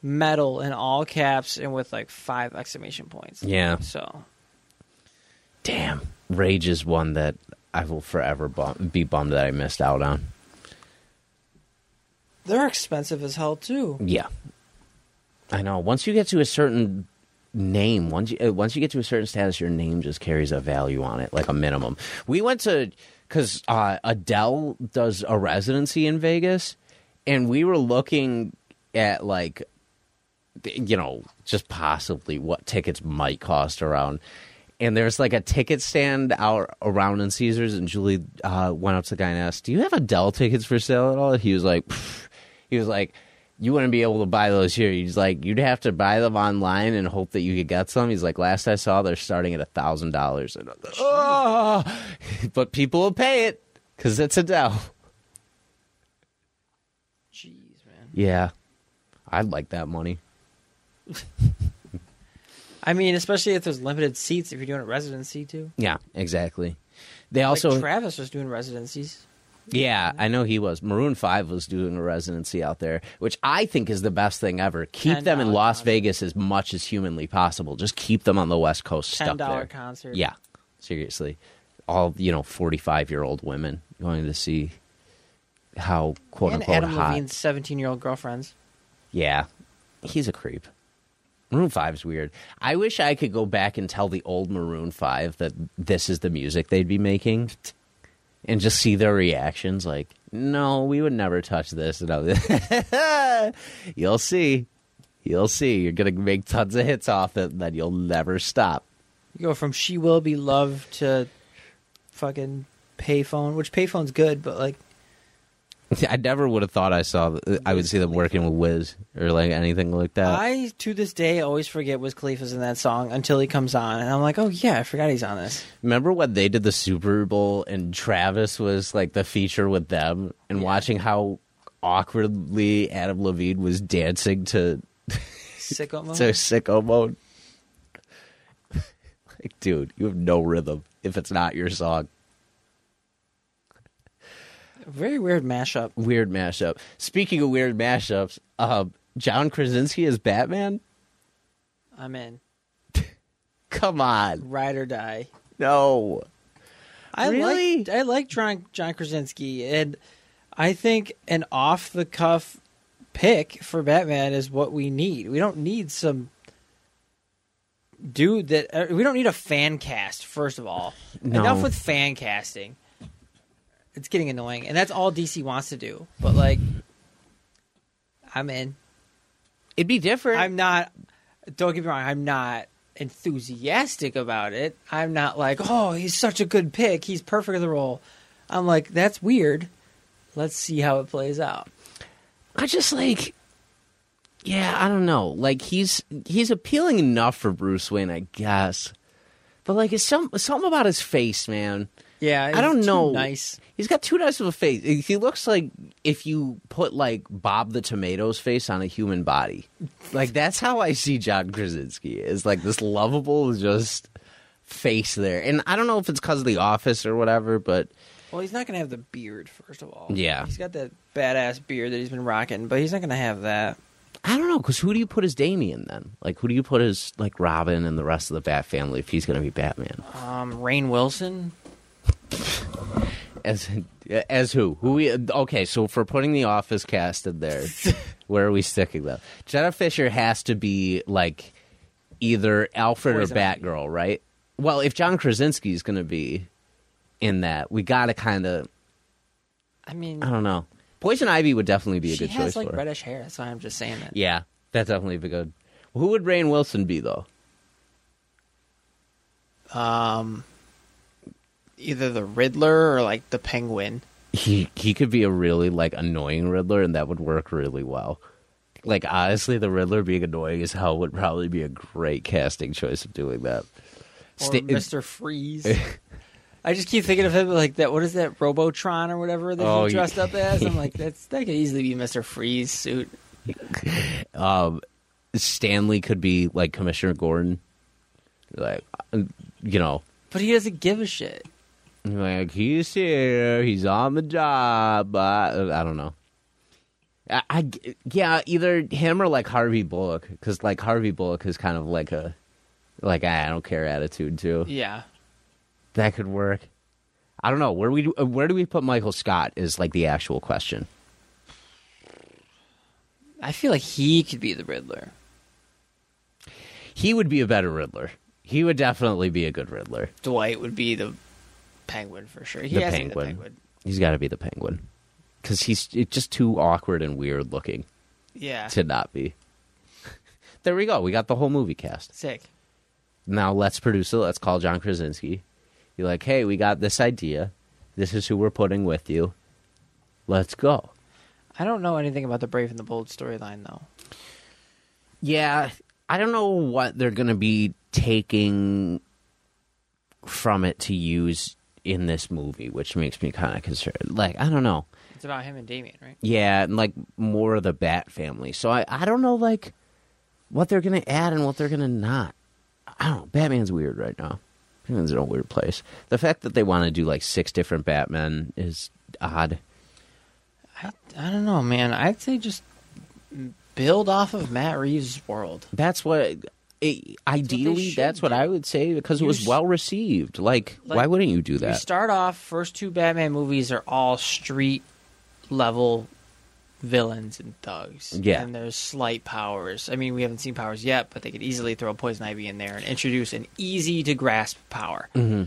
Metal in all caps and with like five exclamation points. Yeah. So Damn. Rage is one that I will forever bum- be bummed that I missed out on. they're expensive as hell too. Yeah. I know. Once you get to a certain name, once you, uh, once you get to a certain status, your name just carries a value on it, like a minimum. We went to, because uh, Adele does a residency in Vegas, and we were looking at, like, th- you know, just possibly what tickets might cost around. And there's like a ticket stand out around in Caesars, and Julie uh, went up to the guy and asked, "Do you have Adele tickets for sale at all?" He was like, "Pfft." "He was like, you wouldn't be able to buy those here. He's like, you'd have to buy them online and hope that you could get some." He's like, "Last I saw, they're starting at a thousand dollars." And I was like, "Oh!" but people will pay it because it's Adele. Jeez, man. Yeah, I'd like that money. I mean, especially if there's limited seats if you're doing a residency too. Yeah, exactly. They Like also Travis was doing residencies. Yeah, I know he was. Maroon Five was doing a residency out there, which I think is the best thing ever. Keep them in $10 Las concert. Vegas as much as humanly possible. Just keep them on the West Coast Ten stuck dollar there. concert. Yeah, seriously, all you know, forty-five year old women going to see how quote and unquote Adam hot. Levine's 17 year old girlfriends. Yeah, he's a creep. Maroon Five's weird. I wish I could go back and tell the old Maroon Five that this is the music they'd be making, and just see their reactions. Like, no, we would never touch this. And I'll- you'll see, you'll see. You're gonna make tons of hits off it, and then you'll never stop. You go from she will be loved to fucking payphone, which payphone's good, but like I never would have thought I saw. I would see them working with Wiz or like anything like that. I to this day always forget Wiz Khalifa's in that song until he comes on, and I'm like, oh yeah, I forgot he's on this. Remember when they did the Super Bowl and Travis was like the feature with them and watching how awkwardly Adam Levine was dancing to, Sicko mode. to sicko mode? like, dude, you have no rhythm if it's not your song. Very weird mashup. Weird mashup. Speaking of weird mashups, um, John Krasinski as Batman? I'm in. Come on. Ride or die. No. I Really? like I like John John Krasinski, and I think an off the cuff pick for Batman is what we need. We don't need some dude that uh, we don't need a fan cast. First of all, No. enough with fan casting. It's getting annoying, and that's all DC wants to do. But like, I'm in. It'd be different. I'm not. Don't get me wrong. I'm not enthusiastic about it. I'm not like, oh, he's such a good pick. He's perfect for the role. I'm like, that's weird. Let's see how it plays out. I just like yeah, I don't know. Like he's he's appealing enough for Bruce Wayne, I guess. But like it's some something about his face, man. Yeah, I don't know. Nice. He's got too nice of a face. He looks like if you put like Bob the Tomato's face on a human body. Like that's how I see John Krasinski is like this lovable just face there. And I don't know if it's because of the office or whatever, but Well, he's not gonna have the beard first of all. Yeah. he's got that badass beard that he's been rocking, but he's not gonna have that. I don't know because who do you put as Damien then? Like who do you put as like Robin and the rest of the Bat family if he's going to be Batman? Um, Rain Wilson. As as who? Who we? Okay, so if we're putting the Office cast in there, where are we sticking them? Jenna Fisher has to be like either Alfred or Poison Ivy. Batgirl, right? Well, if John Krasinski's going to be in that, we got to kind of I mean, I don't know. Poison Ivy would definitely be a she good choice has like for. her. reddish hair. That's why I'm just saying that. Yeah, that's definitely be good. Who would Rain Wilson be though? Um, either the Riddler or like the Penguin. He he could be a really like annoying Riddler, and that would work really well. Like honestly, the Riddler being annoying as hell would probably be a great casting choice of doing that. Or Sta- Mr. Freeze. I just keep thinking of him like that. What is that Robotron or whatever that Oh, he you- dressed up as? I'm like, that's that could easily be Mr. Freeze suit. Stanley could be like Commissioner Gordon, like you know, But he doesn't give a shit. like he's here, he's on the job. But I don't know. I, I g- yeah, either him or like Harvey Bullock, because like Harvey Bullock is kind of like a like "Ah, I don't care attitude too. Yeah. That could work. I don't know where we uh, where do we put Michael Scott is like the actual question. I feel like he could be the Riddler. He would be a better Riddler. He would definitely be a good Riddler. Dwight would be the Penguin for sure. He The has to be Penguin. the Penguin. He's got to be the Penguin because he's it's just too awkward and weird looking Yeah. to not be. there we go. We got the whole movie cast. Sick. Now let's produce it. Let's call John Krasinski. You're like, hey, we got this idea. This is who we're putting with you. Let's go. I don't know anything about the Brave and the Bold storyline though. Yeah, I don't know what they're going to be taking from it to use in this movie, which makes me kind of concerned. Like, I don't know. It's about him and Damien, right? Yeah, and like more of the Bat family. So I, I don't know like what they're gonna add and what they're gonna not. I don't know. Batman's weird right now. Batman's in a weird place. The fact that they want to do like six different Batmen is odd. I, I don't know, man. I'd say just build off of Matt Reeves' world. That's what it, ideally should that's what do. I would say because it You was s- well received. Like, Like, why wouldn't you do You that? start off first two Batman movies are all street level villains and thugs. Yeah. and there's slight powers. I mean, we haven't seen powers yet, but they could easily throw poison ivy in there and introduce an easy to grasp power. Mm-hmm.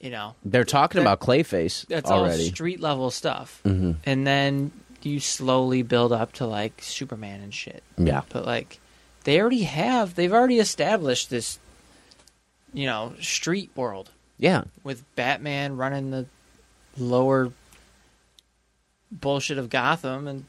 You know, They're That- talking about Clayface that's all already. Mm-hmm. street level stuff, and then you slowly build up to like Superman and shit. yeah. But like, they already have. They've already established this, you know, street world Yeah. with Batman running the lower bullshit of Gotham and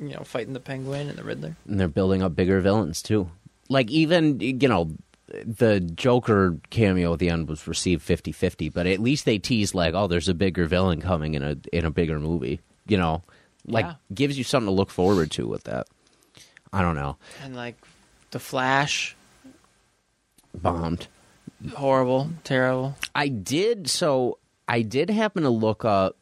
you know fighting the Penguin and the Riddler. and they're building up bigger villains too. Like even you know the Joker cameo at the end was received 50-50, but at least they teased like oh there's a bigger villain coming in a in a bigger movie, you know. Like Yeah. gives you something to look forward to with that. I don't know. And like the Flash, Bombed. horrible, terrible. I did so I did happen to look up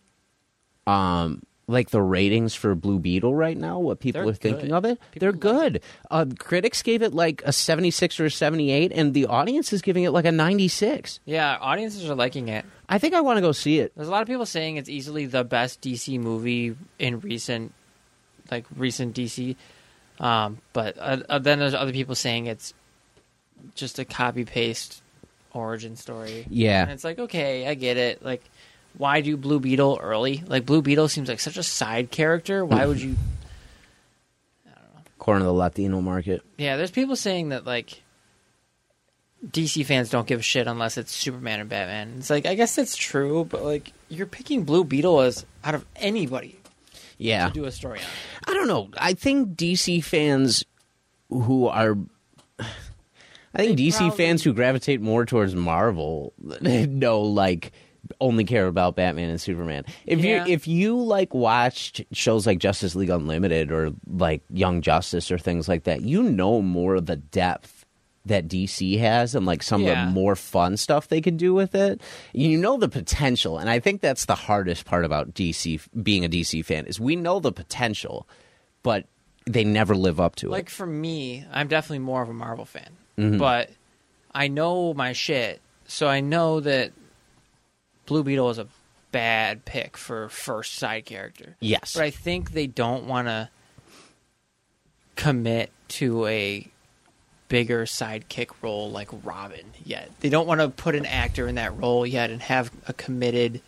um like the ratings for Blue Beetle right now, what people They're are thinking good. of it. People They're like good. Uh, critics gave it like a 76 or a 78 and the audience is giving it like a 96. Yeah, audiences are liking it. I think I want to go see it. There's a lot of people saying it's easily the best DC movie in recent, like recent DC. Um, but uh, uh, then there's other people saying it's just a copy paste origin story. And Yeah. it's like, okay, I get it. Like, why do Blue Beetle early? Like, Blue Beetle seems like such a side character. Why would you? Corner of the Latino market. Yeah, there's people saying that, like, DC fans don't give a shit unless it's Superman and Batman. It's like, I guess that's true, but, like, you're picking Blue Beetle as out of anybody Yeah. to do a story on. I don't know. I think DC fans who are I think DC probably- fans who gravitate more towards Marvel know like only care about Batman and Superman. If Yeah. you if you like watched shows like Justice League Unlimited or like Young Justice or things like that, you know more of the depth that DC has and like some of Yeah. the more fun stuff they can do with it. You know the potential, and I think that's the hardest part about DC f- being a DC fan is we know the potential, but they never live up to Like, it. for me, I'm definitely more of a Marvel fan, but I know my shit, so I know that Blue Beetle is a bad pick for first side character. Yes. But I think they don't want to commit to a bigger sidekick role like Robin yet. They don't want to put an actor in that role yet and have a committed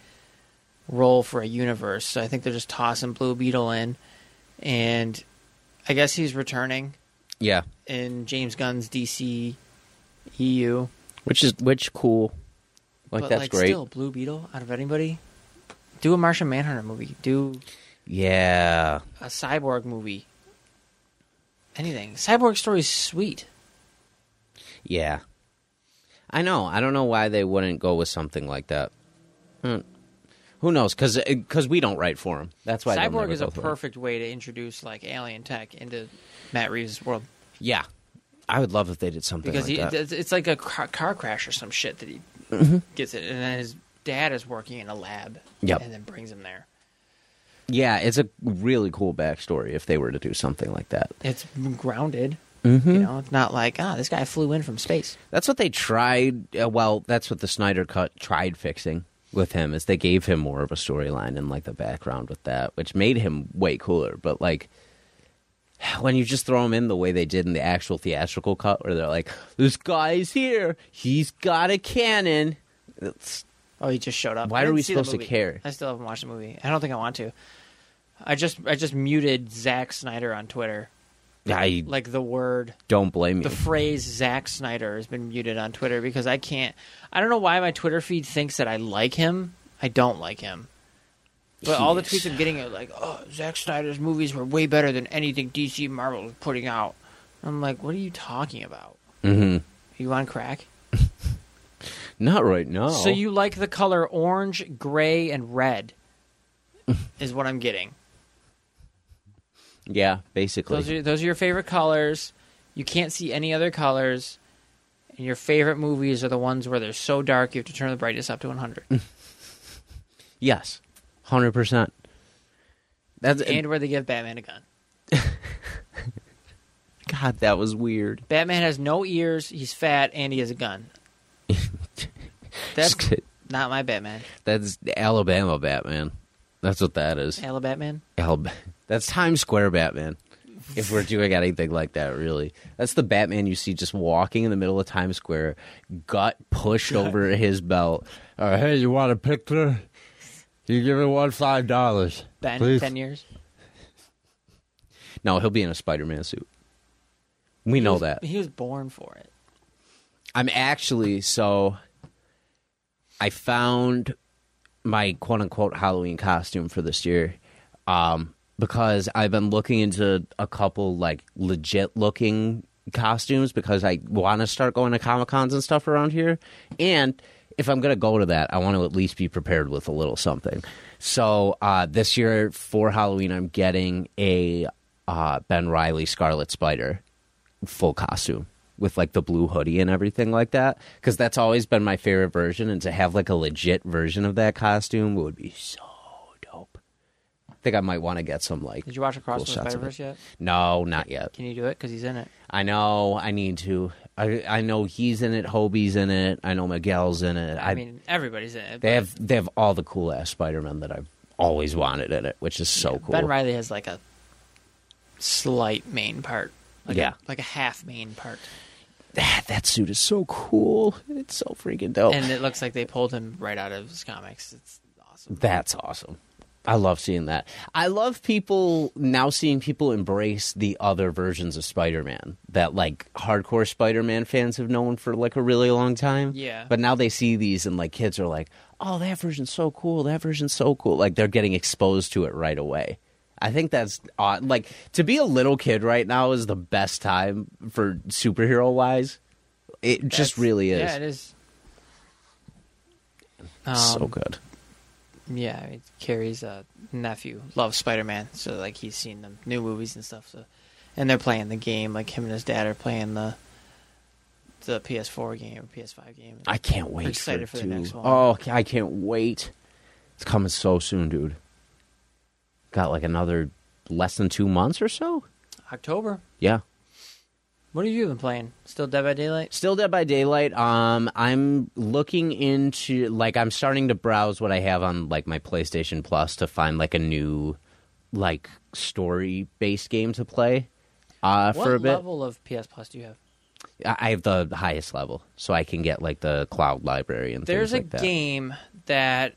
role for a universe. So I think they're just tossing Blue Beetle in, and I guess he's returning Yeah, in James Gunn's E DC EU. which is which cool. Like but that's like great. still Blue Beetle out of anybody. Do a Martian Manhunter movie. Do Yeah, a cyborg movie. Anything. Cyborg story's sweet. yeah. I know. I don't know why they wouldn't go with something like that. Hmm. Who knows? Because we don't write for them. That's why they'll cyborg never is a go through it. perfect way to introduce like alien tech into Matt Reeves' world Yeah, I would love if they did something because he, like that. Mm-hmm. it's it's like a car, car crash or some shit that he gets it, and then his dad is working in a lab, Yep. and then brings him there. Yeah, it's a really cool backstory if they were to do something like that. It's grounded. Mm-hmm. You know, it's not like ah, this guy flew in from space. That's what they tried. Uh, well, that's what the Snyder cut tried fixing with him is they gave him more of a storyline and like the background with that, which made him way cooler. But like when you just throw him in the way they did in the actual theatrical cut, where they're like, "This guy's here. He's got a cannon." It's, Oh, he just showed up. Why I are didn't we see the supposed to movie. care? I still haven't watched the movie. I don't think I want to. I just I just muted Zack Snyder on Twitter. I Like the word, don't blame you. the phrase Zack Snyder has been muted on Twitter because I can't. I don't know why my Twitter feed thinks that I like him. I don't like him. But all the Jeez. tweets I'm getting are like, "Oh, Zack Snyder's movies were way better than anything DC and Marvel was putting out." I'm like, "What are you talking about? Mhm. You on crack?" Not right now. So you like the color orange, gray, and red, is what I'm getting. yeah, basically. Those are those are your favorite colors. You can't see any other colors, and your favorite movies are the ones where they're so dark you have to turn the brightness up to 100, yes, hundred percent. That's and where they give Batman a gun. God. That was weird. Batman has no ears. He's fat, and he has a gun. That's not my Batman. That's Alabama Batman. That's what that is. Hello, Batman. Al- That's Times Square Batman. If we're doing anything like that, really, that's the Batman you see just walking in the middle of Times Square, gut pushed over his belt. Uh, hey, you want a picture? You give me one five dollars, Ben, ten years. No, he'll be in a Spider-Man suit. We know that. He was born for it. I'm actually so I found my quote unquote Halloween costume for this year. Um because I've been looking into a couple like legit looking costumes because I want to start going to Comic Cons and stuff around here. And if I'm going to go to that, I want to at least be prepared with a little something. So uh, this year for Halloween, I'm getting a uh, Ben Riley Scarlet Spider full costume with like the blue hoodie and everything like that because that's always been my favorite version and to have like a legit version of that costume would be so dope i think i might want to get some like Did you watch Across Cool the shots of Spider it. Verse yet? no not yet Can you do it? Because he's in it. i know i need to i, I know he's in it hobie's in it i know miguel's in it I, mean, everybody's in it. they but- have they have all the cool ass spider-man that i've always wanted in it which is so cool Ben Riley has like a slight main part. Like Yeah. A, like a half main part. that, that suit is so cool it's so freaking dope And it looks like they pulled him right out of his comics. It's awesome. That's awesome. I love seeing that. I love people now seeing people embrace the other versions of Spider-Man that like hardcore Spider-Man fans have known for like a really long time. Yeah. But now they see these and like kids are like, "Oh, that version's so cool. That version's so cool." Like they're getting exposed to it right away. I think that's odd. like to be a little kid right now is the best time for superhero wise. It just That's- really is. Yeah, it is. Um, so good. Yeah, I mean, Carrie's uh, nephew loves Spider Man, so like he's seen the new movies and stuff. So, and they're playing the game. Like him and his dad are playing the the PS4 game or PS5 game. I can't wait. excited for the two. next one. Oh, I can't wait. It's coming so soon, dude. Got like another less than two months or so. October. Yeah. What have you been playing? Still Dead by Daylight? Still Dead by Daylight. Um, I'm looking into like I'm starting to browse what I have on like my PlayStation Plus to find like a new like story based game to play. Uh, What for a bit. level of PS Plus do you have? I I have the highest level, so I can get like the cloud library and There's a things like that. game that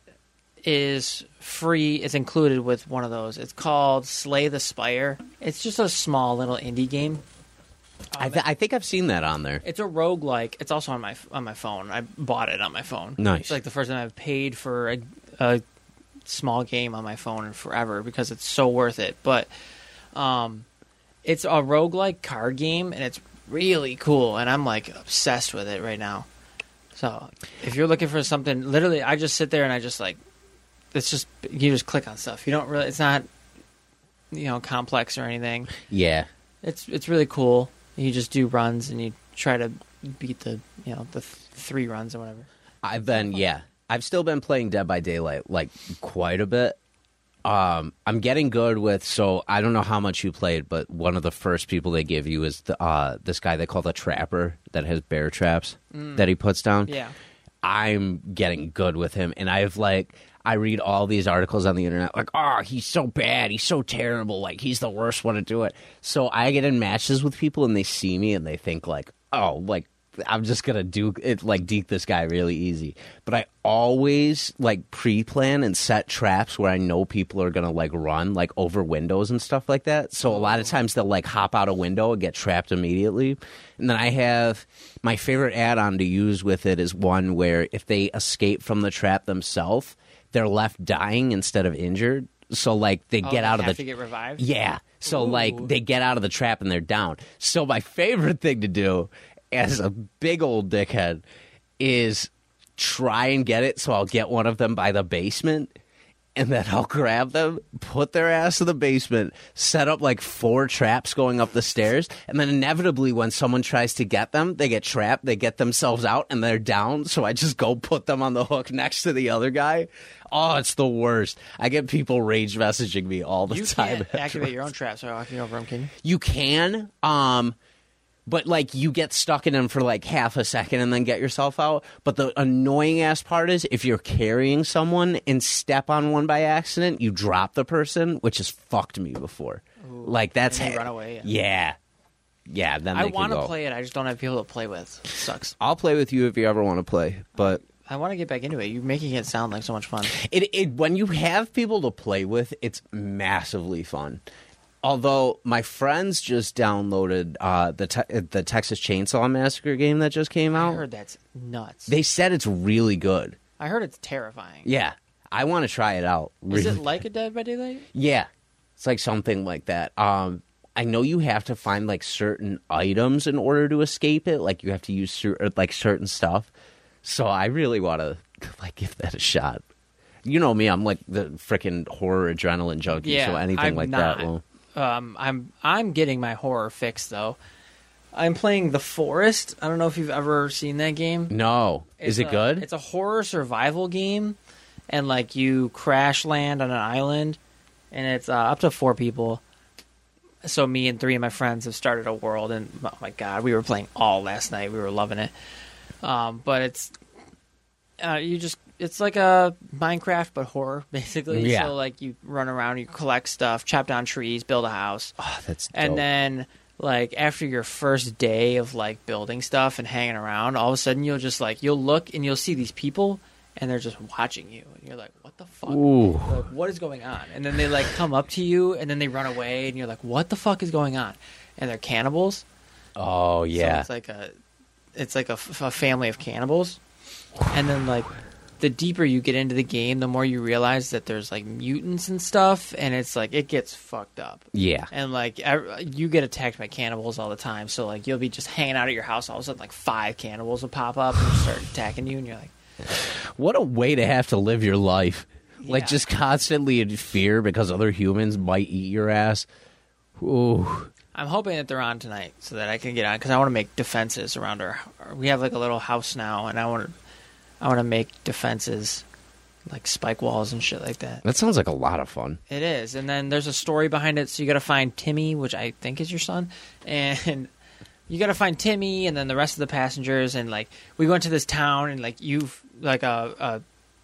is free. It's included with one of those. It's called Slay the Spire. It's just a small little indie game. I, th- I think I've seen that on there. It's a roguelike. It's also on my on my phone. I bought it on my phone. Nice. It's like the first time I've paid for a, a small game on my phone in forever because it's so worth it. But um, it's a roguelike card game and it's really cool and I'm like obsessed with it right now. So if you're looking for something, literally, I just sit there and I just like, it's just you just click on stuff. You don't really. It's not you know complex or anything. Yeah, It's it's really cool. You just do runs and you try to beat the you know the th- three runs or whatever. I've been yeah. I've still been playing Dead by Daylight like quite a bit. Um, I'm getting good with so I don't know how much you played, but one of the first people they give you is the uh this guy they call the trapper that has bear traps that he puts down. Yeah. I'm getting good with him, and I've like I read all these articles on the internet like, oh, he's so bad, he's so terrible, like he's the worst one to do it. So I get in matches with people, and they see me, and they think like, oh, like I'm just gonna do it, like deke this guy really easy. But I always like pre-plan and set traps where I know people are gonna like run like over windows and stuff like that. So a lot Oh. of times they'll like hop out a window and get trapped immediately. And then I have my favorite add-on to use with it is one where if they escape from the trap themselves, they're left dying instead of injured. So like they Oh, get they out of have the to get revived. yeah. So like they get out of the trap and they're down. So my favorite thing to do as a big old dickhead is try and get it. So I'll get one of them by the basement and then I'll grab them, put their ass in the basement, set up like four traps going up the stairs, and then inevitably when someone tries to get them, they get trapped, they get themselves out and they're down, so I just go put them on the hook next to the other guy. Oh, it's the worst. I get people rage messaging me all the You time. can't activate your own traps by walking over them, can you? You can, um, but like you get stuck in them for like half a second and then get yourself out. But the annoying ass part is if you're carrying someone and step on one by accident, you drop the person, which has fucked me before. like that's and they ha- run away, yeah. Yeah, yeah. Then I they can want to go. play it. I just don't have people to play with. sucks. I'll play with you if you ever want to play, but I want to get back into it. You're making it sound like so much fun. It, it when you have people to play with, it's massively fun. Although my friends just downloaded uh, the te- uh, the Texas Chainsaw Massacre game that just came I out. heard that's nuts. They said it's really good. I heard it's terrifying. Yeah, I want to try it out. Is it really. like a Dead by Daylight? Yeah, it's like something like that. Um, I know you have to find like certain items in order to escape it. Like you have to use cer- like certain stuff. So I really want to like give that a shot. You know me, I'm like the freaking horror adrenaline junkie. so anything I'm like that. Will... Um, I'm I'm getting my horror fix though. I'm playing The Forest. I don't know if you've ever seen that game. No, is it It's a- good? It's a horror survival game, and like you crash land on an island, and it's uh, up to four people. So me and three of my friends have started a world, and oh my god, we were playing all last night. We were loving it. Um, but it's uh, you just it's like a Minecraft but horror basically. Yeah. So like you run around, you collect stuff, chop down trees, build a house, Oh, that's and dope. then like after your first day of like building stuff and hanging around, all of a sudden you'll just like you'll look and you'll see these people and they're just watching you and you're like, What the fuck? Ooh. Like, what is going on? And then they like come up to you and then they run away and you're like, What the fuck is going on? And they're cannibals. oh So yeah, it's like a, it's like a, f- a family of cannibals, and then like the deeper you get into the game, the more you realize that there's like mutants and stuff, and it's like it gets fucked up. yeah. And like ev- you get attacked by cannibals all the time, so like you'll be just hanging out at your house, all of a sudden like five cannibals will pop up and start attacking you, and you're like, What a way to have to live your life. Like Yeah. just constantly in fear because other humans might eat your ass. Ooh. I'm hoping that they're on tonight so that I can get on because I want to make defenses around our. We have like a little house now, and I want to, I want to make defenses, like spike walls and shit like that. That sounds like a lot of fun. It is, and then there's a story behind it. So you got to find Timmy, which I think is your son, and you got to find Timmy, and then the rest of the passengers. And like we went to this town, and like you've like a, a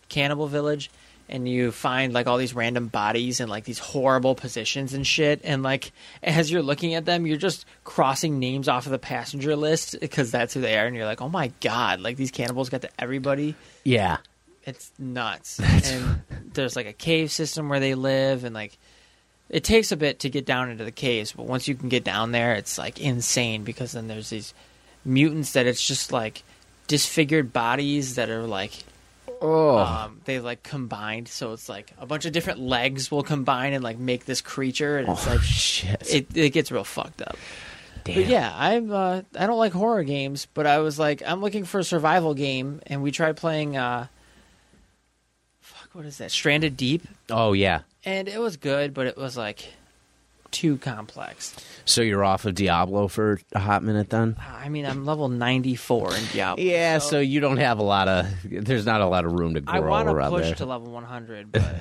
cannibal village, and you find like all these random bodies in like these horrible positions and shit and like as you're looking at them you're just crossing names off of the passenger list because that's who they are and you're like oh my god like these cannibals got to everybody Yeah. it's nuts and there's like a cave system where they live and like it takes a bit to get down into the caves but once you can get down there it's like insane because then there's these mutants that it's just like disfigured bodies that are like Oh. um, they like combined so it's like a bunch of different legs will combine and like make this creature and it's like Oh, shit. it, it gets real fucked up Damn. but yeah, I'm. Uh, I don't like horror games, but I was like, I'm looking for a survival game, and we tried playing. Uh, fuck, what is that? Stranded Deep, Oh yeah. and it was good, but it was like too complex. So you're off of Diablo for a hot minute then? I mean, I'm level 94 in Diablo. Yeah, so, you don't have a lot of there's not a lot of room to grow I want to around push there. to level 100, but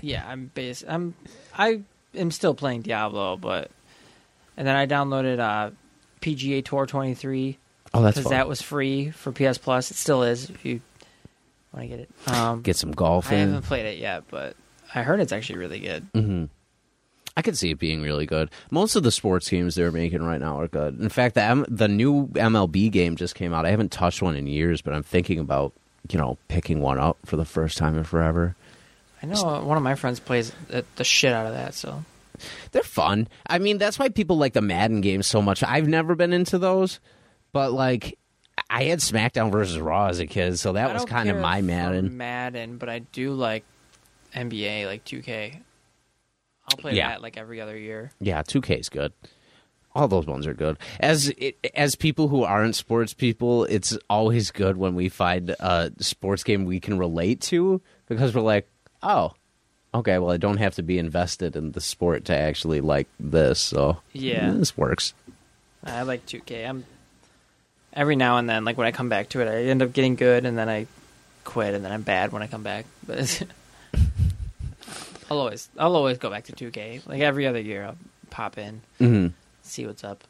yeah, I'm base. I'm I am still playing Diablo, but and then I downloaded uh, PGA Tour 23. oh, that's because fun. that was free for PS Plus. It still is if you want to get it. Um, Get some golf I in. haven't played it yet, but I heard it's actually really good. Mm-hmm. I could see it being really good. Most of the sports games they're making right now are good. In fact, the M- the new MLB game just came out. I haven't touched one in years, but I'm thinking about you know picking one up for the first time in forever. I know uh, one of my friends plays the, the shit out of that. So They're fun. I mean, that's why people like the Madden games so much. I've never been into those, but like I had SmackDown versus Raw as a kid, so that I was don't kind of care my for Madden. Madden, but I do like NBA, like 2K. I'll play Yeah. that like every other year. Yeah, 2K is good. All those ones are good. As it, as people who aren't sports people, it's always good when we find a sports game we can relate to because we're like, oh, okay, well, I don't have to be invested in the sport to actually like this. So Yeah. this works. I like 2K. I'm every now and then, like when I come back to it, I end up getting good, and then I quit, and then I'm bad when I come back. But I'll always, I'll always go back to 2K. Like every other year, I'll pop in, Mhm. see what's up.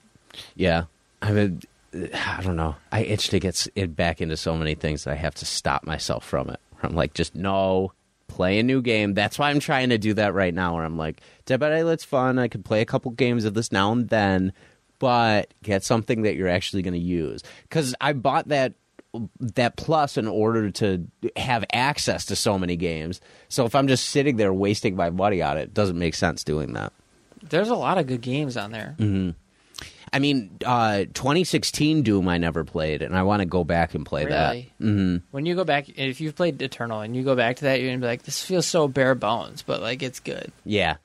Yeah, I mean, I don't know. I itch to get s- it back into so many things that I have to stop myself from it. I'm like, just no, play a new game. That's why I'm trying to do that right now. Where I'm like, Dead by Daylight's fun. I could play a couple games of this now and then, but get something that you're actually going to use. Because I bought that that plus in order to have access to so many games. So if I'm just sitting there wasting my money on it, it doesn't make sense doing that. There's a lot of good games on there. I mean, uh, 2016 Doom I never played, and I want to go back and play Really? that. Mm, When you go back, if you've played Eternal and you go back to that, you're gonna be like, this feels so bare bones, but like it's good. yeah.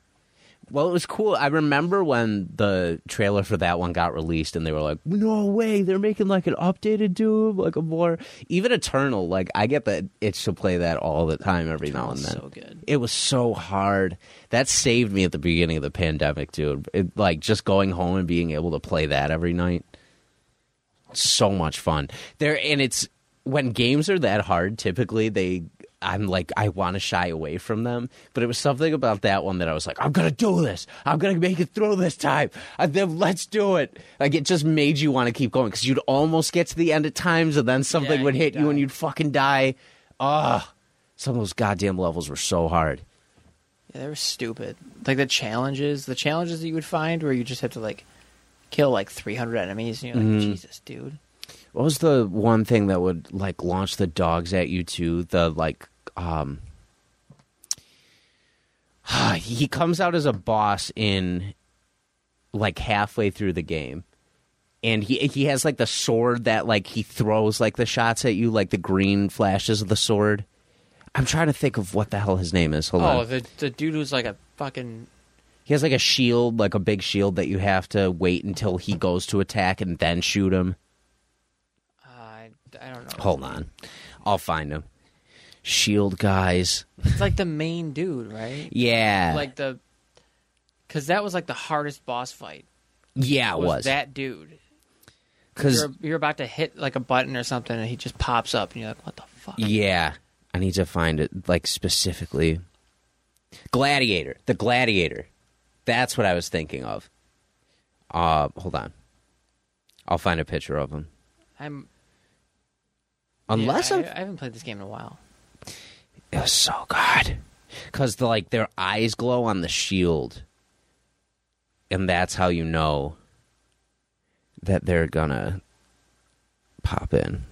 Well, it was cool. I remember when the trailer for that one got released, and they were like, "No way! They're making like an updated Doom, like a more even Eternal." Like, I get that itch to play that all the time, every now and then. so good. It was so hard. That saved me at the beginning of the pandemic, dude. It, like just going home and being able to play that every night. So much fun. There and it's when games are that hard, typically they I'm like I want to shy away from them, but it was something about that one that I was like, I'm gonna do this. I'm gonna make it through this time. I, then let's do it. Like it just made you want to keep going because you'd almost get to the end at times, and then something Yeah, would you hit you die. and you'd fucking die. Ugh. Some of those goddamn levels were so hard. Yeah, they were stupid. Like the challenges, the challenges that you would find where you just have to like kill like 300 enemies, and you're Mm-hmm. like, Jesus, dude. What was the one thing that would like launch the dogs at you too? The like um he comes out as a boss in like halfway through the game. And he he has like the sword that like he throws like the shots at you, like the green flashes of the sword. I'm trying to think of what the hell his name is. Hold Oh, on. the the dude who's like a fucking He has like a shield, like a big shield that you have to wait until he goes to attack and then shoot him. uh, I don't know. Hold on. I'll find him. Shield guys. It's like the main dude, right? Yeah. Like the because that was like the hardest boss fight. yeah, it Was, was. that dude? Cuz You're, you're about to hit like a button or something, and he just pops up, and you're like, "What the fuck?" yeah, I need to find it like specifically. Gladiator. The Gladiator. That's what I was thinking of. Uh, hold on. I'll find a picture of him. I'm Unless yeah, I'm I, I haven't played this game in a while. It was so good. because the, like their eyes glow on the shield, and that's how you know that they're gonna pop in.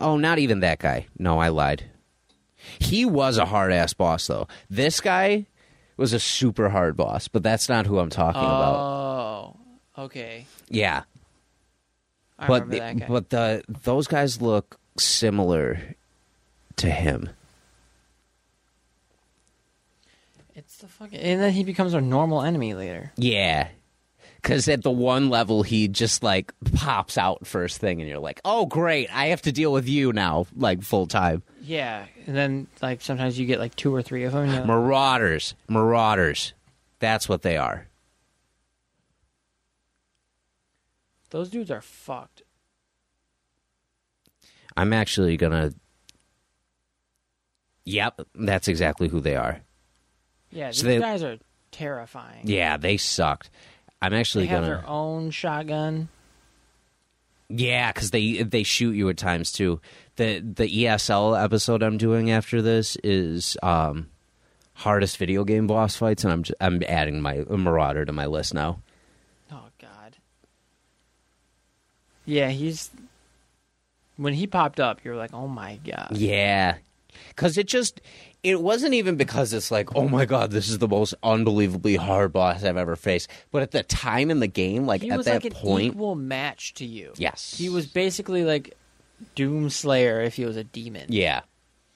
Oh, not even that guy. No, I lied. He was a hard ass boss though. This guy was a super hard boss, but that's not who I'm talking about. Oh, okay. Yeah, I but remember that the- guy. but the those guys look similar to him. it's the fucking. And then he becomes our normal enemy later. Yeah. Cause at the one level he just like pops out first thing and you're like, Oh great, I have to deal with you now, like full time. Yeah, and then like sometimes you get like two or three of them. and you're like, Marauders. Marauders. That's what they are. Those dudes are fucked. I'm actually gonna Yep, that's exactly who they are. Yeah, these So they- guys are terrifying. Yeah, they sucked. I'm they actually have gonna their own shotgun. Yeah, because they they shoot you at times too. The the ESL episode I'm doing after this is um, hardest video game boss fights, and I'm j am adding my Marauder to my list now. Oh God. Yeah, he's. When he popped up, you were like, "Oh my god!" Yeah, because it just it wasn't even because it's like oh my god this is the most unbelievably hard boss I've ever faced, but at the time in the game, like he at was that like point, an equal match to you. yes, he was basically like Doomslayer if he was a demon. Yeah,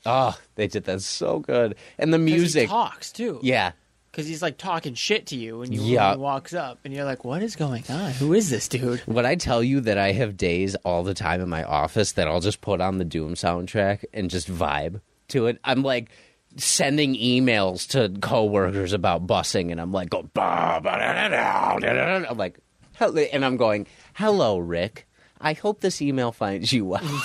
oh they did that so good, and the 'Cause he music, talks too. yeah. because he's like talking shit to you, and you Yeah. when he walks up, and you're like, "What is going on? Who is this dude?" When I tell you that I have days all the time in my office that I'll just put on the Doom soundtrack and just vibe to it, I'm like sending emails to coworkers about busing, and I'm like, go, bah, bah, da, da, da, da, da, da. I'm like, hello, and I'm going, hello, Rick. I hope this email finds you well.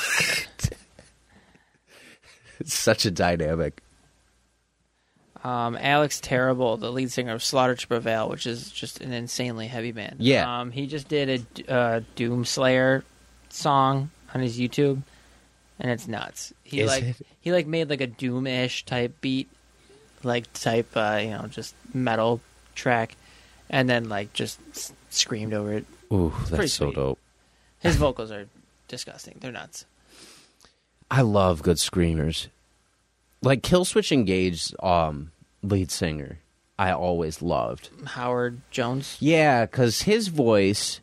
it's such a dynamic. Um, Alex Terrible, the lead singer of Slaughter to Prevail, which is just an insanely heavy band. Yeah. um, he just did a uh, Doom Slayer song on his YouTube, and it's nuts. He Is like it? he like made like a Doom-ish type beat, like type uh, you know just metal track, and then like just s- screamed over it. Ooh, pretty that's so sweet. dope. His vocals are disgusting. They're nuts. I love good screamers. Like Killswitch Engage's um, lead singer, I always loved. Howard Jones. Yeah, because his voice,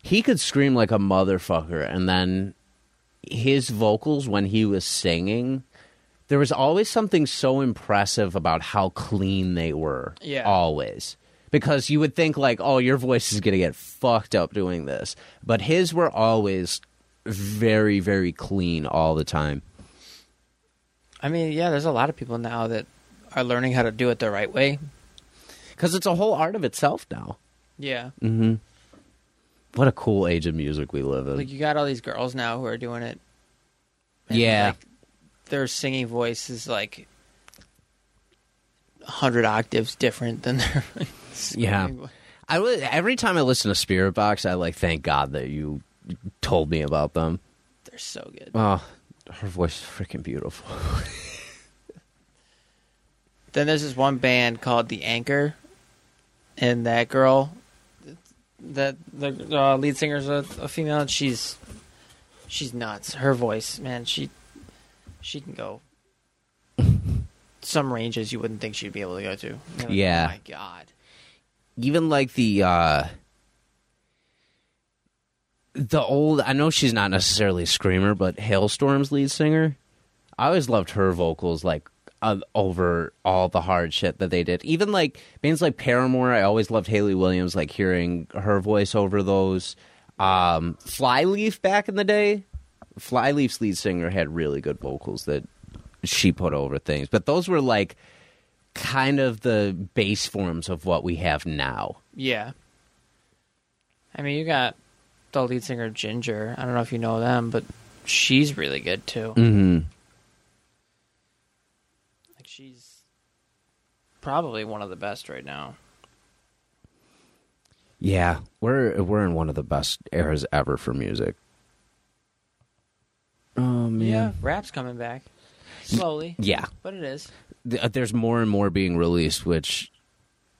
he could scream like a motherfucker, and then his vocals when he was singing, there was always something so impressive about how clean they were. Yeah. Always. Because you would think, like, oh, your voice is going to get fucked up doing this. But his were always very, very clean all the time. I mean, yeah, there's a lot of people now that are learning how to do it the right way. because it's a whole art of itself now. Yeah. Mm-hmm. What a cool age of music we live in. Like you got all these girls now who are doing it. yeah, like, their singing voice is like a hundred octaves different than their singing yeah. voice. I was every time I listen to Spirit Box, I like thank God that you told me about them. They're so good. Oh, her voice is freaking beautiful. Then there's this one band called The Anchor, and that girl, that the uh, lead singer's a, a female. And she's she's nuts. Her voice, man, she she can go some ranges you wouldn't think she'd be able to go to. You're like, Yeah. oh my god. Even like the uh the old I know she's not necessarily a screamer, but Hailstorm's lead singer. I always loved her vocals like uh, over all the hard shit that they did. Even like bands like Paramore, I always loved Haley Williams like hearing her voice over those um Flyleaf back in the day. Flyleaf's lead singer had really good vocals that she put over things, but those were like kind of the base forms of what we have now. Yeah. I mean, you got the lead singer of Ginger. I don't know if you know them, but she's really good too. Mm-hmm. Like she's probably one of the best right now. Yeah, we're we're in one of the best eras ever for music. Oh man, yeah, rap's coming back slowly, Yeah. but it is. Th- uh, There's more and more being released, which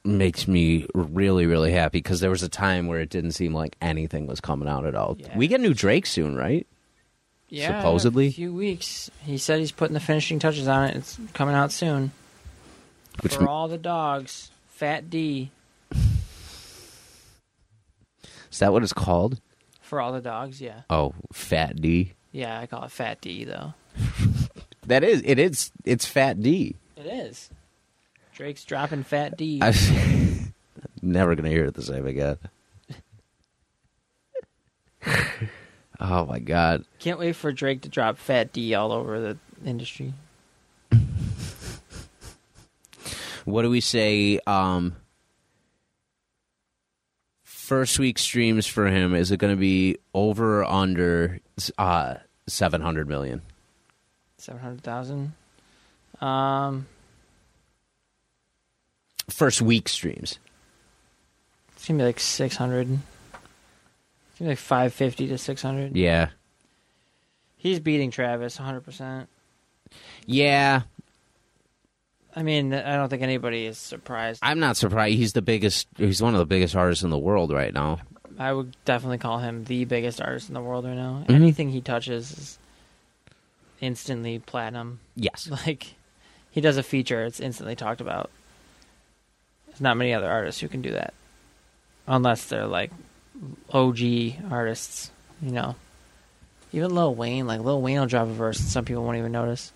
makes me really, really happy because there was a time where it didn't seem like anything was coming out at all. Yeah. We get new Drake soon, right? Yeah, in Supposedly? a few weeks. He said he's putting the finishing touches on it. It's coming out soon. Which For m- all the dogs, Fat D. Is that what it's called? For all the dogs, yeah, Oh, Fat D. yeah. I call it Fat D though. That is it is it's Fat D. It is. Drake's dropping Fat D. I've never gonna hear it the same again. oh my god. Can't wait for Drake to drop Fat D all over the industry. What do we say? Um first week streams for him, is it gonna be over or under uh seven hundred million? Seven hundred thousand. Um, First week streams. it's gonna be like six hundred. It's gonna be like five fifty to six hundred. Yeah. He's beating Travis one hundred percent. Yeah. I mean, I don't think anybody is surprised. I'm not surprised. He's the biggest he's one of the biggest artists in the world right now. I would definitely call him the biggest artist in the world right now. Anything he touches is instantly platinum. Yes. Like he does a feature, it's instantly talked about. There's not many other artists who can do that, unless they're like OG artists, you know. Even Lil Wayne, like Lil Wayne will drop a verse and some people won't even notice.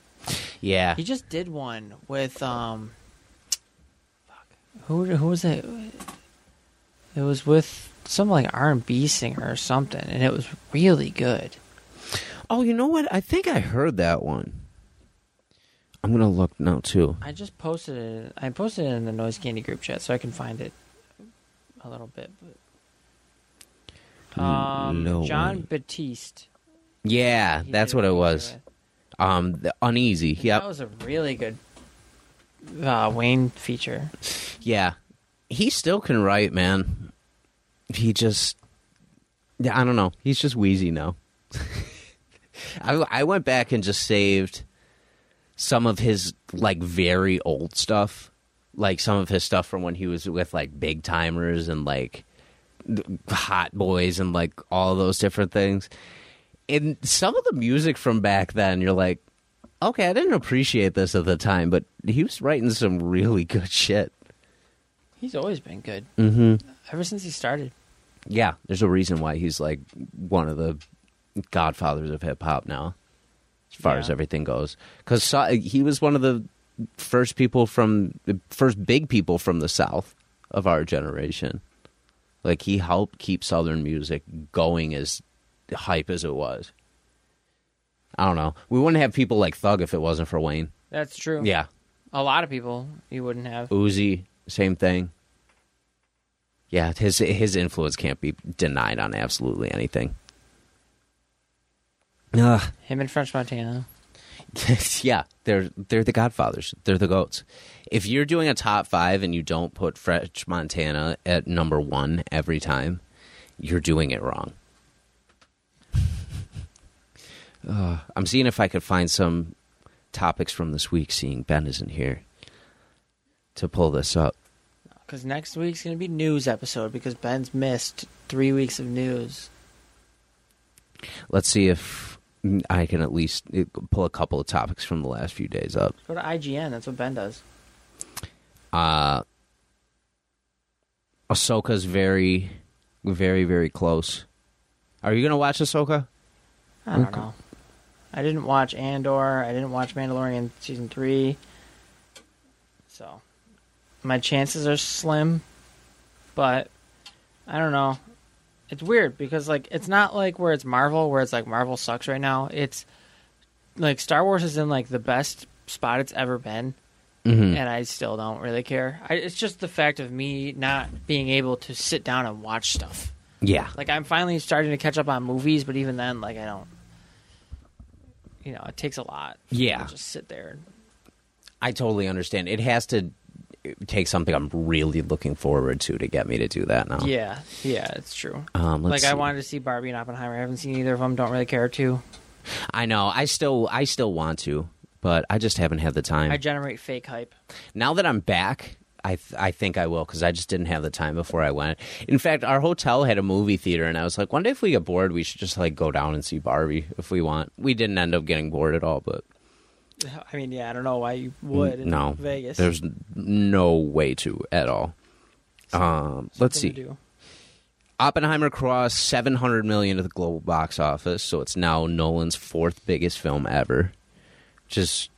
Yeah. He just did one with um, fuck, who who was it? It was with some like R and B singer or something, and it was really good. Oh, you know what? I think I heard that one. I'm gonna look now too. I just posted it. I posted it in the Noise Candy group chat, so I can find it a little bit. But um, no John way. Batiste. Yeah, he that's did what a it feature was. with. Um, the uneasy. That Yep. was a really good uh, Wayne feature. Yeah, he still can write, man. He just, yeah, I don't know. He's just wheezy now. I I went back and just saved some of his like very old stuff, like some of his stuff from when he was with like big timers and like hot boys and like all those different things. And some of the music from back then, you're like, okay, I didn't appreciate this at the time, but he was writing some really good shit. He's always been good Mm-hmm. ever since he started. Yeah, there's a reason why he's like one of the godfathers of hip hop now, as far Yeah. as everything goes. Because he was one of the first people from the first big people from the South of our generation. Like he helped keep Southern music going as hype as it was. I don't know. We wouldn't have people like Thug if it wasn't for Wayne. That's true. Yeah, a lot of people you wouldn't have. Uzi, same thing. Yeah, his his influence can't be denied on absolutely anything. Uh, Him and French Montana. yeah, they're they're the Godfathers. They're the goats. If you're doing a top five and you don't put French Montana at number one every time, you're doing it wrong. Uh, I'm seeing if I could find some topics from this week. Seeing Ben isn't here to pull this up. Because next week's going to be news episode because Ben's missed three weeks of news. Let's see if I can at least eh, pull a couple of topics from the last few days up. Go to IGN. That's what Ben does. Uh Ahsoka's very, very, very close. Are you gonna watch Ahsoka? I don't know. I didn't watch Andor. I didn't watch Mandalorian season three. So my chances are slim. But I don't know. It's weird because like it's not like where it's Marvel where it's like Marvel sucks right now. It's like Star Wars is in like the best spot it's ever been. Mm-hmm. and I still don't really care. I, it's just the fact of me not being able to sit down and watch stuff. Yeah, Like I'm finally starting to catch up on movies, but even then, like I don't. You know, it takes a lot. for me to Yeah. just sit there. and- I totally understand. It has to eh, take something I'm really looking forward to to get me to do that now. Yeah, yeah, it's true. Um, like let's I see. wanted to see Barbie and Oppenheimer. I haven't seen either of them. Don't really care to. I know. I still I still want to, but I just haven't had the time. I generate fake hype. now that I'm back, I th- I think I will because I just didn't have the time before I went. In fact, our hotel had a movie theater, and I was like, one day if we get bored, we should just like go down and see Barbie if we want. We didn't end up getting bored at all, but I mean, yeah, I don't know why you would in no, Vegas. there's n- no way to at all. Um, let's Something to see. do. Oppenheimer crossed 700 million at the global box office, so it's now Nolan's fourth biggest film ever. Just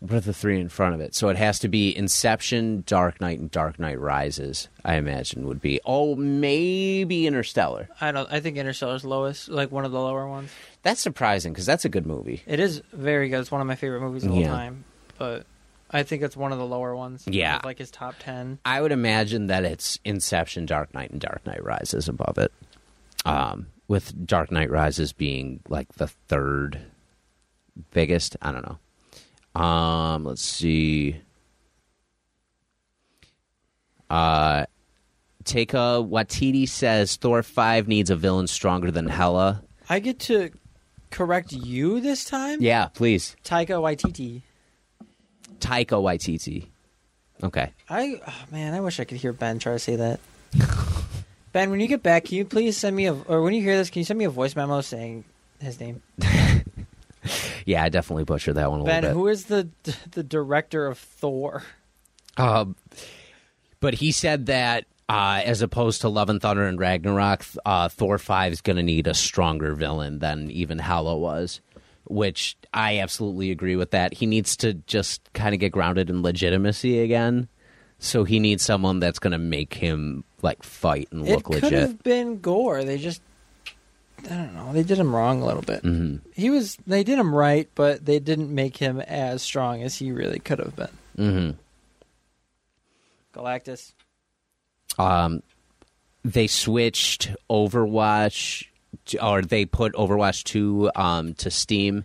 what are the three in front of it? So it has to be Inception, Dark Knight, and Dark Knight Rises. I imagine would be oh maybe Interstellar. I don't. I think Interstellar's lowest, like one of the lower ones. That's surprising because that's a good movie. It is very good. It's one of my favorite movies of all Yeah. time. But I think it's one of the lower ones. Yeah. It's like his top ten. I would imagine that it's Inception, Dark Knight, and Dark Knight Rises above it. Um, with Dark Knight Rises being like the third biggest. I don't know. Um, let's see. Uh, Taika Waititi says Thor five needs a villain stronger than Hela. I get to correct you this time. Yeah, please. Taika Waititi. Taika Waititi. Okay. I oh, man, I wish I could hear Ben try to say that. ben, when you get back, can you please send me a or when you hear this, can you send me a voice memo saying his name? Yeah, I definitely butchered that one a Ben, little bit. who is the the director of Thor? Um, but he said that uh, as opposed to Love and Thunder and Ragnarok, th- uh, Thor five is going to need a stronger villain than even Hela was, which I absolutely agree with that. He needs to just kind of get grounded in legitimacy again. So he needs someone that's going to make him like fight and It look could legit. have been Gore. They just I don't know. They did him wrong a little bit. Mm-hmm. He was they did him right, but they didn't make him as strong as he really could have been. hmm Galactus. um, they switched Overwatch, to- or they put Overwatch two um, to Steam,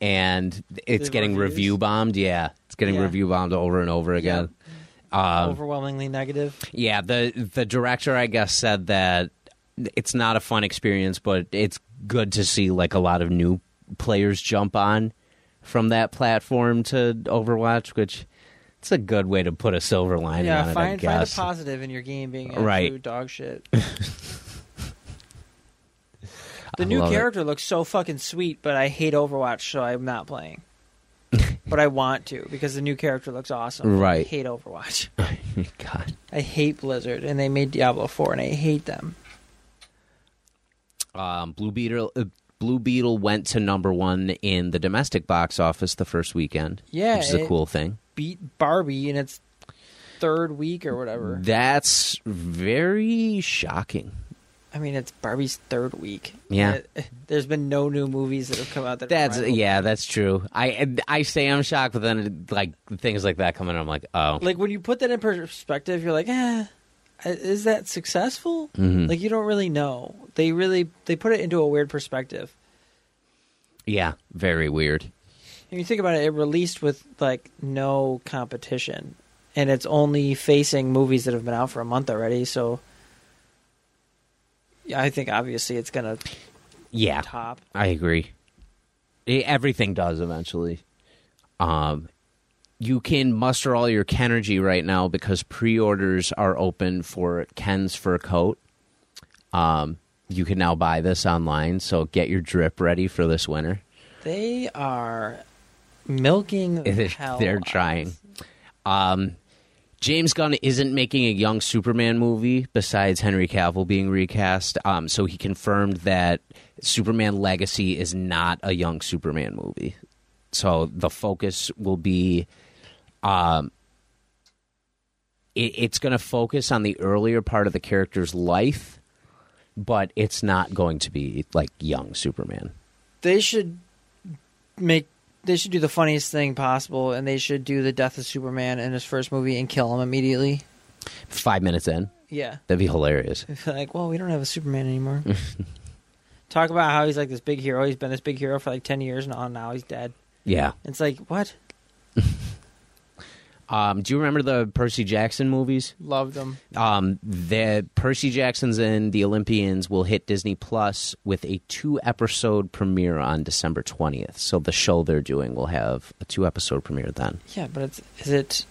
and it's The getting reviews? review bombed. Yeah, it's getting Yeah. review bombed over and over again. Um, overwhelmingly negative. Yeah, the the director, I guess, said that it's not a fun experience, but it's good to see like a lot of new players jump on from that platform to Overwatch, which it's a good way to put a silver lining on Yeah, it. find I find a guess. positive in your game being absolute Right. dog shit. I The new love it. character looks so fucking sweet, but I hate Overwatch, so I'm not playing. but I want to because the new character looks awesome. I Right. hate Overwatch. God. I hate Blizzard, and they made Diablo 4, and I hate them. Um, Blue Beetle. Uh, Blue Beetle went to number one in the domestic box office the first weekend. Yeah, which is a it- cool thing. Beat Barbie in its third week or whatever. That's very shocking. I mean, it's Barbie's third week. Yeah. It- eh, there's been no new movies that have come out that That's rival- yeah, that's true. I I say I'm shocked, but then like things like that come in, I'm like, oh, like when you put that in perspective, you're like, eh, is that successful? Like you don't really know. They really they put it into a weird perspective. yeah, very weird. When you think about it, it released with like no competition, and it's only facing movies that have been out for a month already. So, yeah, I think obviously it's gonna Yeah, top. I agree. E- everything does eventually. Um, you can muster all your Kenergy right now because pre-orders are open for Ken's fur coat. Um, you can now buy this online, so get your drip ready for this winter. They are milking. The They're, hell they're out. trying. Um, James Gunn isn't making a young Superman movie besides Henry Cavill being recast. Um, so he confirmed that Superman Legacy is not a young Superman movie. So the focus will be. Um, it, it's going to focus on the earlier part of the character's life, but it's not going to be like young Superman. they should make they should do the funniest thing possible and they should do the death of superman in his first movie and kill him immediately Five minutes in, yeah that'd be hilarious. like well we don't have a superman anymore talk about how he's like this big hero he's been this big hero for like 10 years and on now he's dead Yeah. it's like what Um, do you remember the Percy Jackson movies? Loved them. Um, the Percy Jackson's and the Olympians will hit Disney Plus with a two episode premiere on December twentieth. So the show they're doing will have a two episode premiere then. Yeah, but it's is it?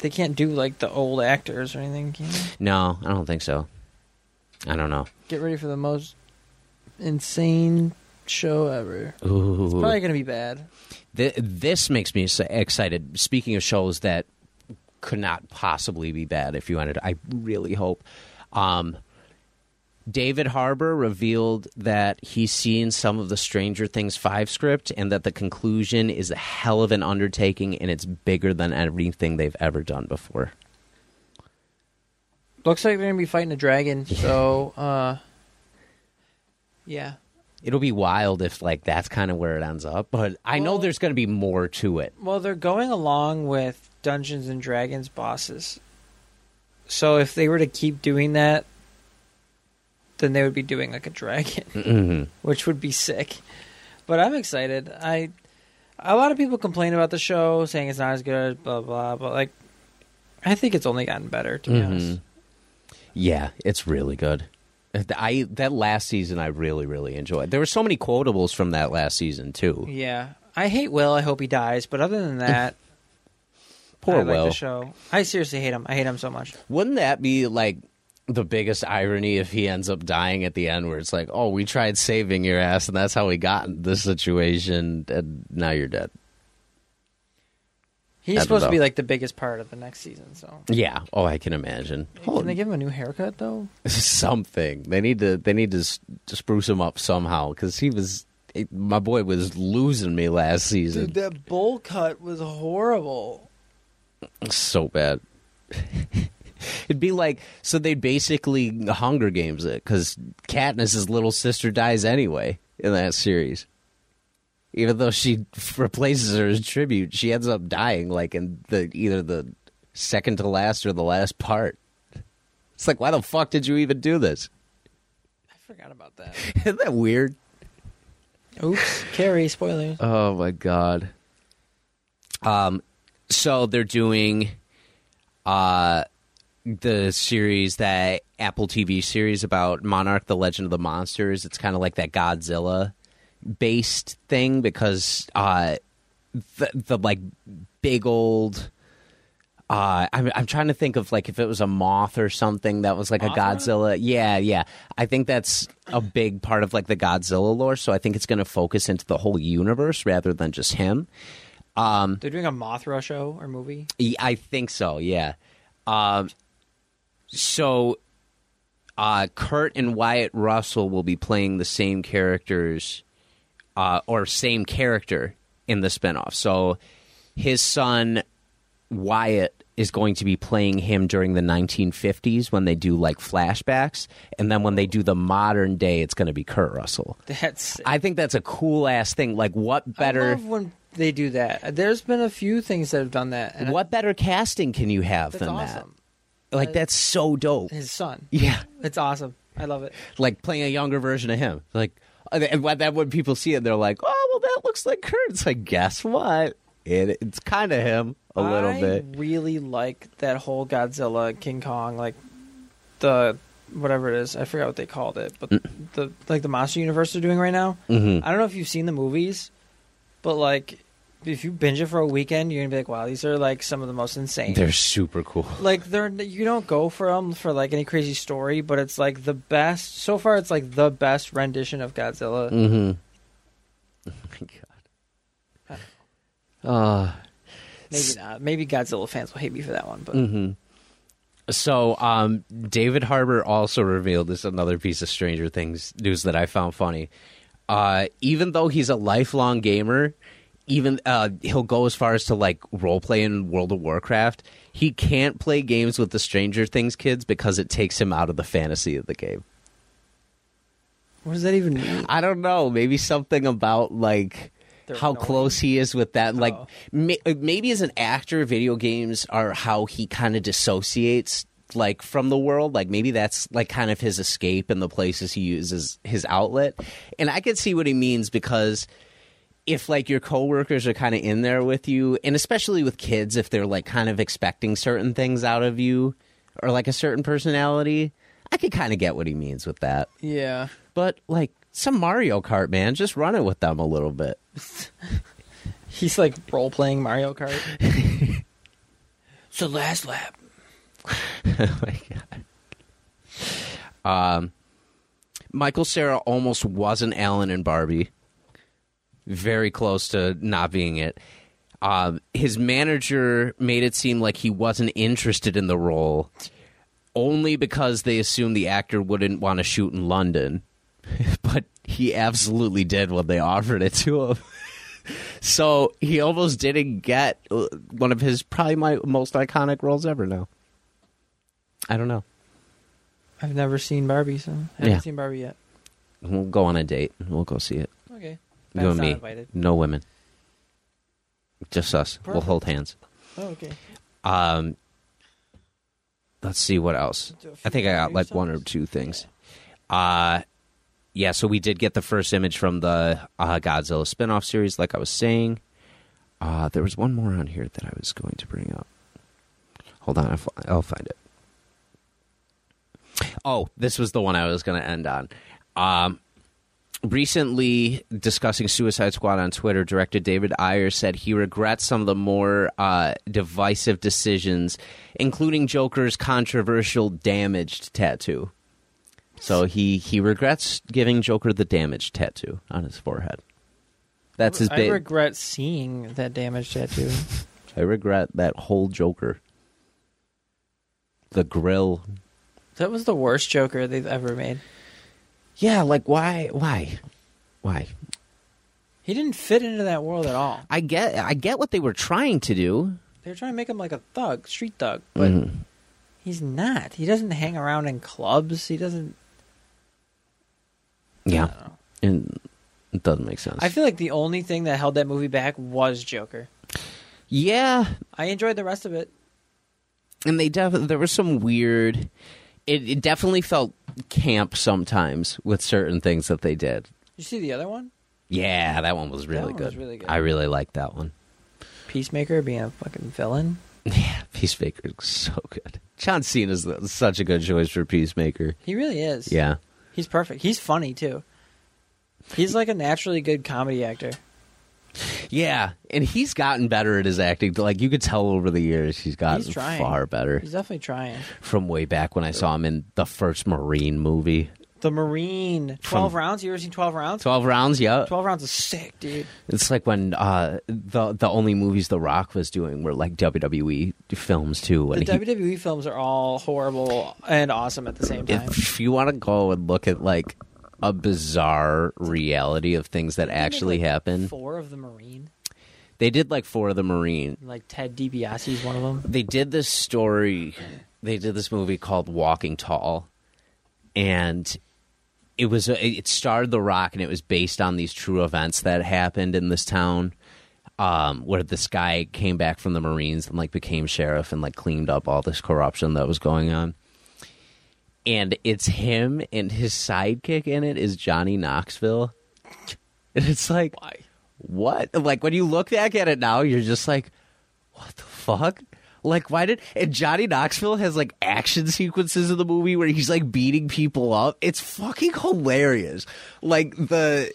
They can't do like the old actors or anything. Can they? No, I don't think so. I don't know. Get ready for the most insane show ever. Ooh. It's probably gonna be bad. Th- this makes me so excited. Speaking of shows that could not possibly be bad, if you wanted, I really hope. Um, David Harbour revealed that he's seen some of the Stranger Things 5 script and that the conclusion is a hell of an undertaking and it's bigger than everything they've ever done before. Looks like they're gonna be fighting a dragon. So, uh, yeah. It'll be wild if like that's kind of where it ends up, but I know Well- there's going to be more to it. Well, they're going along with Dungeons and Dragons bosses. So if they were to keep doing that, then they would be doing like a dragon, Hmm. Mm-hmm. which would be sick. But I'm excited. I a lot of people complain about the show, saying it's not as good, blah blah. But like, I think it's only gotten better. To be honest, Yeah, it's really good. I that last season I really really enjoyed. There were so many quotables from that last season too. yeah. I hate Will. I hope he dies. But other than that, Poor I like Will. the show. I seriously hate him. I hate him so much. Wouldn't that be like the biggest irony if he ends up dying at the end where it's like, "Oh, we tried saving your ass and that's how we got in this situation and now you're dead." I He's don't supposed to know. be like the biggest part of the next season. So Yeah. Oh, I can imagine. Oh, Can they give him a new haircut though? Something. They need to they need to s- to spruce him up somehow cuz he was it- my boy was losing me last season. Dude, that bowl cut was horrible. so bad. It'd be like so they basically Hunger Games it because Katniss's little sister dies anyway in that series. Even though she replaces her as tribute, she ends up dying like in the either the second to last or the last part. It's like, why the fuck did you even do this? I forgot about that. Isn't that weird? Oops, Carrie, spoilers. Oh my god. Um so they're doing uh the series that Apple TV series about Monarch the Legend of the Monsters. It's kind of like that Godzilla based thing because uh the the like big old uh, I'm I'm trying to think of like if it was a moth or something that was like a Godzilla. Yeah, yeah. I think that's a big part of like the Godzilla lore. So I think it's going to focus into the whole universe rather than just him. They're doing a Mothra show or movie. Y- I think so. Yeah. Um, so, uh, Kurt and Wyatt Russell will be playing the same characters, uh, or same character in the spinoff. So, his son Wyatt is going to be playing him during the 1950s when they do like flashbacks, and then when they do the modern day, it's going to be Kurt Russell. That's I think that's a cool ass thing. Like, what I better? love when they do that. There's been a few things that have done that. And what better casting can you have That's than that? awesome. Like that's so dope. His son. Yeah, It's awesome. I love it. like playing a younger version of him. Like uh, and that- and that when people see it, they're like, "Oh, well, that looks like Kurt." It's like, guess what? It, it's kind of him a little I bit. really like that whole Godzilla, King Kong, like the whatever it is. I forgot what they called it, but Mm. the like the Monster Universe they're doing right now. Mhm. I don't know if you've seen the movies, but like if you binge it for a weekend, you're gonna be like, wow, these are like some of the most insane. They're super cool. Oh like they're you don't go for them for like any crazy story, but it's like the best so far. It's like the best rendition of Godzilla. Mm. Oh my god. Maybe not. Maybe Godzilla fans will hate me for that one, but Mm-hmm. Uh, so um, David Harbour also revealed this another piece of Stranger Things news that I found funny. Uh, even though he's a lifelong gamer, even uh, he'll go as far as to like role play in World of Warcraft. He can't play games with the Stranger Things kids because it takes him out of the fantasy of the game. what does that even mean? I don't know. Maybe something about like They're how annoying. close he is with that. Like Oh. ma- maybe as an actor, video games are how he kind of dissociates like from the world. Like maybe that's like kind of his escape and the places he uses his outlet. And I could see what he means because if like your coworkers are kind of in there with you, and especially with kids, if they're like kind of expecting certain things out of you or like a certain personality, I could kind of get what he means with that. Yeah. But like some Mario Kart, man, just run it with them a little bit. He's like role playing Mario Kart. so last lap. oh my god. Um, Michael Sarah almost wasn't Alan and Barbie. Very close to not being it. Um, his manager made it seem like he wasn't interested in the role, only because they assumed the actor wouldn't want to shoot in London. but he absolutely did when they offered it to him. so he almost didn't get uh, one of his probably my most iconic roles ever. Now, I don't know. I've never seen Barbie, so I haven't Yeah. seen Barbie yet. We'll go on a date. We'll go see it. Okay. you Ben's and not me. invited. No women. Just us. We'll Perfect. hold hands. Oh, okay. Um, let's see what else. Do a few I think I got more like one or songs? two things. Uh yeah, so we did get the first image from the uh, Godzilla spin-off series like I was saying. Uh there was one more on here that I was going to bring up. Hold on, I'll, fi- I'll find it. Oh, this was the one I was going to end on. Um recently discussing Suicide Squad on Twitter, director David Ayer said he regrets some of the more uh, divisive decisions, including Joker's controversial damaged tattoo. So he he regrets giving Joker the damaged tattoo on his forehead. That's his I big. regret seeing that damage tattoo. I regret that whole Joker. The grill. that was the worst Joker they've ever made. Yeah, like why why why? He didn't fit into that world at all. I get I get what they were trying to do. They were trying to make him like a thug, street thug, but Mhm. he's not. He doesn't hang around in clubs. He doesn't. I Yeah. don't know. and it doesn't make sense. I feel like the only thing that held that movie back was Joker. yeah, I enjoyed the rest of it. and they definitely there was some weird. It, it definitely felt camp sometimes with certain things that they did. You see the other one? Yeah, that one was really, one good. was really good. I really liked that one. Peacemaker being a fucking villain. Yeah, Peacemaker is so good. John Cena is such a good choice for Peacemaker. He really is. Yeah, He's perfect. He's funny too. He's like a naturally good comedy actor. yeah, and he's gotten better at his acting. Like you could tell over the years, he's gotten He's trying. far better He's definitely trying. from way back when I saw him in the first Marine movie. The Marine. 12 From- rounds? You ever seen 12 rounds? 12, Twelve rounds, yeah. rounds is sick, dude. It's like when uh, the the only movies The Rock was doing were like WWE films too. The E And he- WWE films are all horrible and awesome at the same time. if you want to go and look at like a bizarre reality of things that actually happen, Four of the Marine. they did like four of the Marine. Like Ted DiBiase's one of them. They did this story. They did this movie called Walking Tall, and it was a, it starred The Rock, and it was based on these true events that happened in this town, um, where this guy came back from the Marines and like became sheriff and like cleaned up all this corruption that was going on. And it's him and his sidekick in it is Johnny Knoxville, and it's like Why? what? Like when you look back at it now, you're just like, what the fuck? Like why did and Johnny Knoxville has like action sequences in the movie where he's like beating people up. It's fucking hilarious. Like the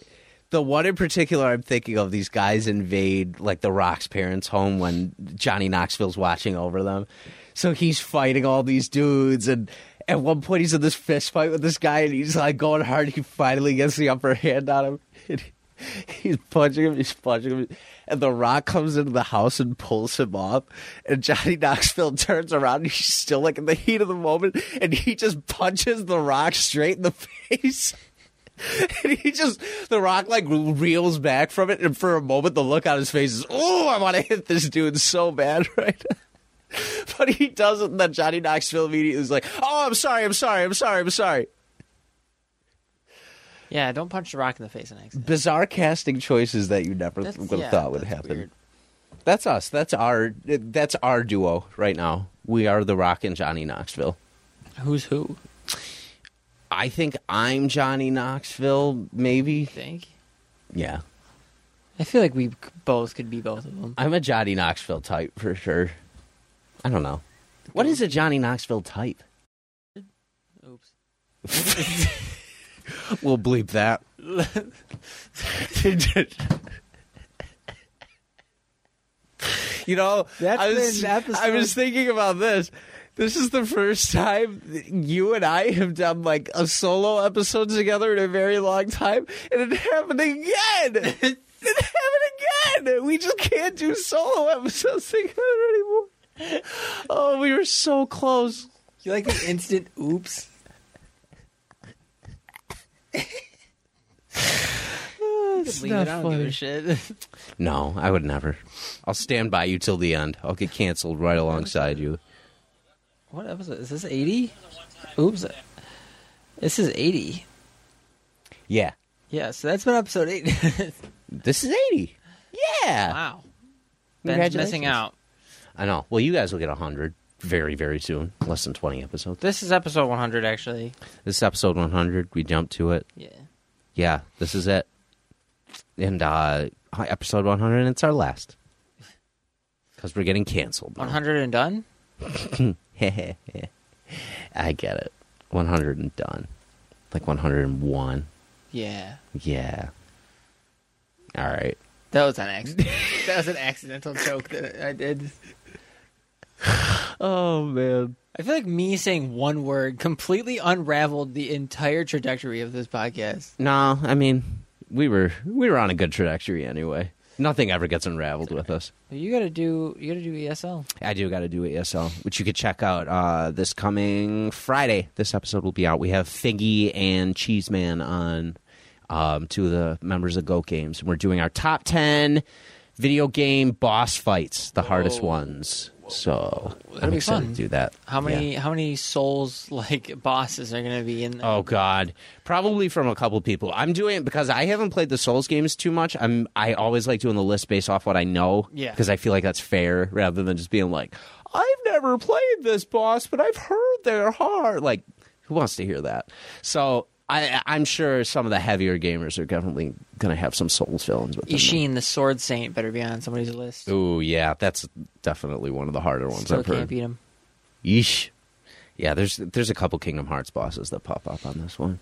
the one in particular I'm thinking of, these guys invade like the Rock's parents' home when Johnny Knoxville's watching over them. So he's fighting all these dudes and at one point he's in this fist fight with this guy and he's like going hard. He finally gets the upper hand on him. And he- He's punching him, he's punching him, and The Rock comes into the house and pulls him up. And Johnny Knoxville turns around, and he's still like in the heat of the moment, and he just punches The Rock straight in the face. And he just, The Rock like reels back from it, and for a moment, the look on his face is, oh, I want to hit this dude so bad right now. But he doesn't, and then Johnny Knoxville immediately is like, oh, I'm sorry, I'm sorry, I'm sorry, I'm sorry. Yeah, don't punch the rock in the face in an accident. Bizarre casting choices that you never That's- would have yeah, thought would that's happen. weird. That's us. That's our that's our duo right now. We are The Rock and Johnny Knoxville. Who's who? I think I'm Johnny Knoxville, maybe. Think. Yeah. I feel like we c- both could be both of them. I'm a Johnny Knoxville type for sure. I don't know. What is a Johnny Knoxville type? Oops. We'll bleep that. you know, That's I was, been episode- I was thinking about this. This is the first time that you and I have done like a solo episode together in a very long time, and it happened again. it happened again. We just can't do solo episodes together anymore. Oh, we were so close. You like the instant oops? Leave it, I not don't give funny. a shit. No, I would never. I'll stand by you till the end. I'll get canceled right alongside you. What episode is this? Eighty? Oops. This is eighty. Yeah. Yeah, so that's been episode eight. This is 80. Yeah. wow. Ben's missing Congratulations. out. I know. Well, you guys will get 100 very, very soon. Less than 20 episodes. This is episode one hundred actually. This is episode 100. We jumped to it. Yeah. Yeah, this is it. And uh episode 100, and it's our last. Because we're getting canceled. One hundred and done? I get it. 100 and done. Like 101. Yeah. Yeah. All right. That was an accident. that was an accidental joke that I did. Oh, man. I feel like me saying one word completely unraveled the entire trajectory of this podcast. No, I mean, we were we were on a good trajectory anyway. Nothing ever gets unraveled with us. You gotta do. You gotta do E ESL. I do got to do ESL, which you could check out uh, this coming Friday. This episode will be out. We have Figgy and Cheeseman on um, two of the members of Go Games. We're doing our top ten video game boss fights, the hardest ones. So That'll I'm be excited fun. to do that. How Yeah. many? How many souls like bosses are gonna be in there? Oh God, probably from a couple people. I'm doing it because I haven't played the Souls games too much. I'm I always like doing the list based off what I know. Yeah. because I feel like that's fair rather than just being like, I've never played this boss, but I've heard they're hard. Like, who wants to hear that? So. I, I'm sure some of the heavier gamers are definitely going to have some Souls villains with them. Ishin, the Sword Saint, better be on somebody's list. Ooh, yeah, that's definitely one of the harder ones Still I've can't heard. beat him. Yeesh. Yeah, there's there's a couple Kingdom Hearts bosses that pop up on this one.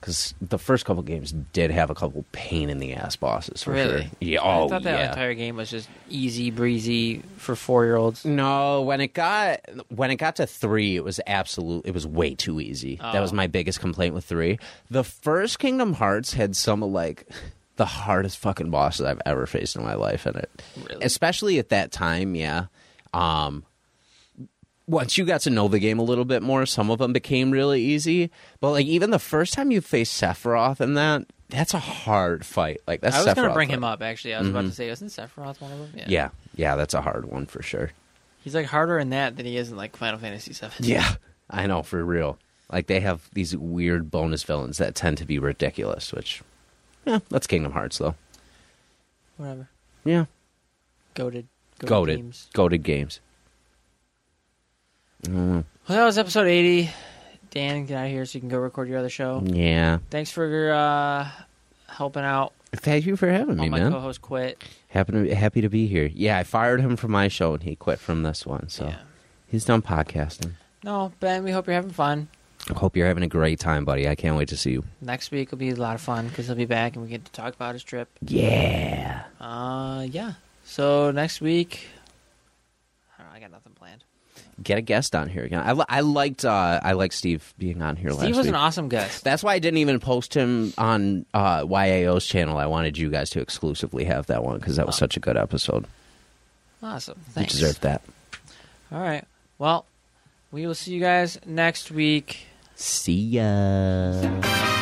Because the first couple games did have a couple pain in the ass bosses for Really? sure. Yeah. Oh, I thought that yeah. entire game was just easy breezy for four year olds. Mm, no, when it got when it got to three, it was absolute. It was way too easy. That was Oh. my biggest complaint with three. The first Kingdom Hearts had some of like the hardest fucking bosses I've ever faced in my life in it. Really? Especially at that time, yeah. Um, once you got to know the game a little bit more, some of them became really easy. But like even the first time you faced Sephiroth in that, that's a hard fight. Like that's I was Sephiroth gonna bring fight. him up actually. I was about to say, isn't Sephiroth one of them? Yeah, yeah, that's a hard one for sure. He's like harder in that than he is in like Final Fantasy Seven. Yeah, I know for real. Like they have these weird bonus villains that tend to be ridiculous. Which, eh, that's Kingdom Hearts though. Whatever. Yeah, Goaded. goaded, games. goaded games. Mm, Well, that was episode eighty. Dan, get out of here so you can go record your other show. Mm. yeah, Thanks for uh, helping out. thank you for having All me, my man. co-hosts quit. Happy to, happy to be here. Yeah, I fired him from my show and he quit from this one. So Yeah. he's done podcasting. No, Ben, we hope you're having fun. Hope you're having a great time, buddy. I can't wait to see you. Next week will be a lot of fun because he'll be back and we get to talk about his trip. Yeah. Uh, yeah. So next week, I don't know. I got nothing planned. Get a guest on here again. I, li- I liked uh, I liked Steve being on here Steve last was week. an awesome guest. That's why I didn't even post him on uh, YAO's channel. I wanted you guys to exclusively have that one because that was such a good episode. Awesome. Thanks. You deserve that. All right. Well, we will see you guys next week. See ya.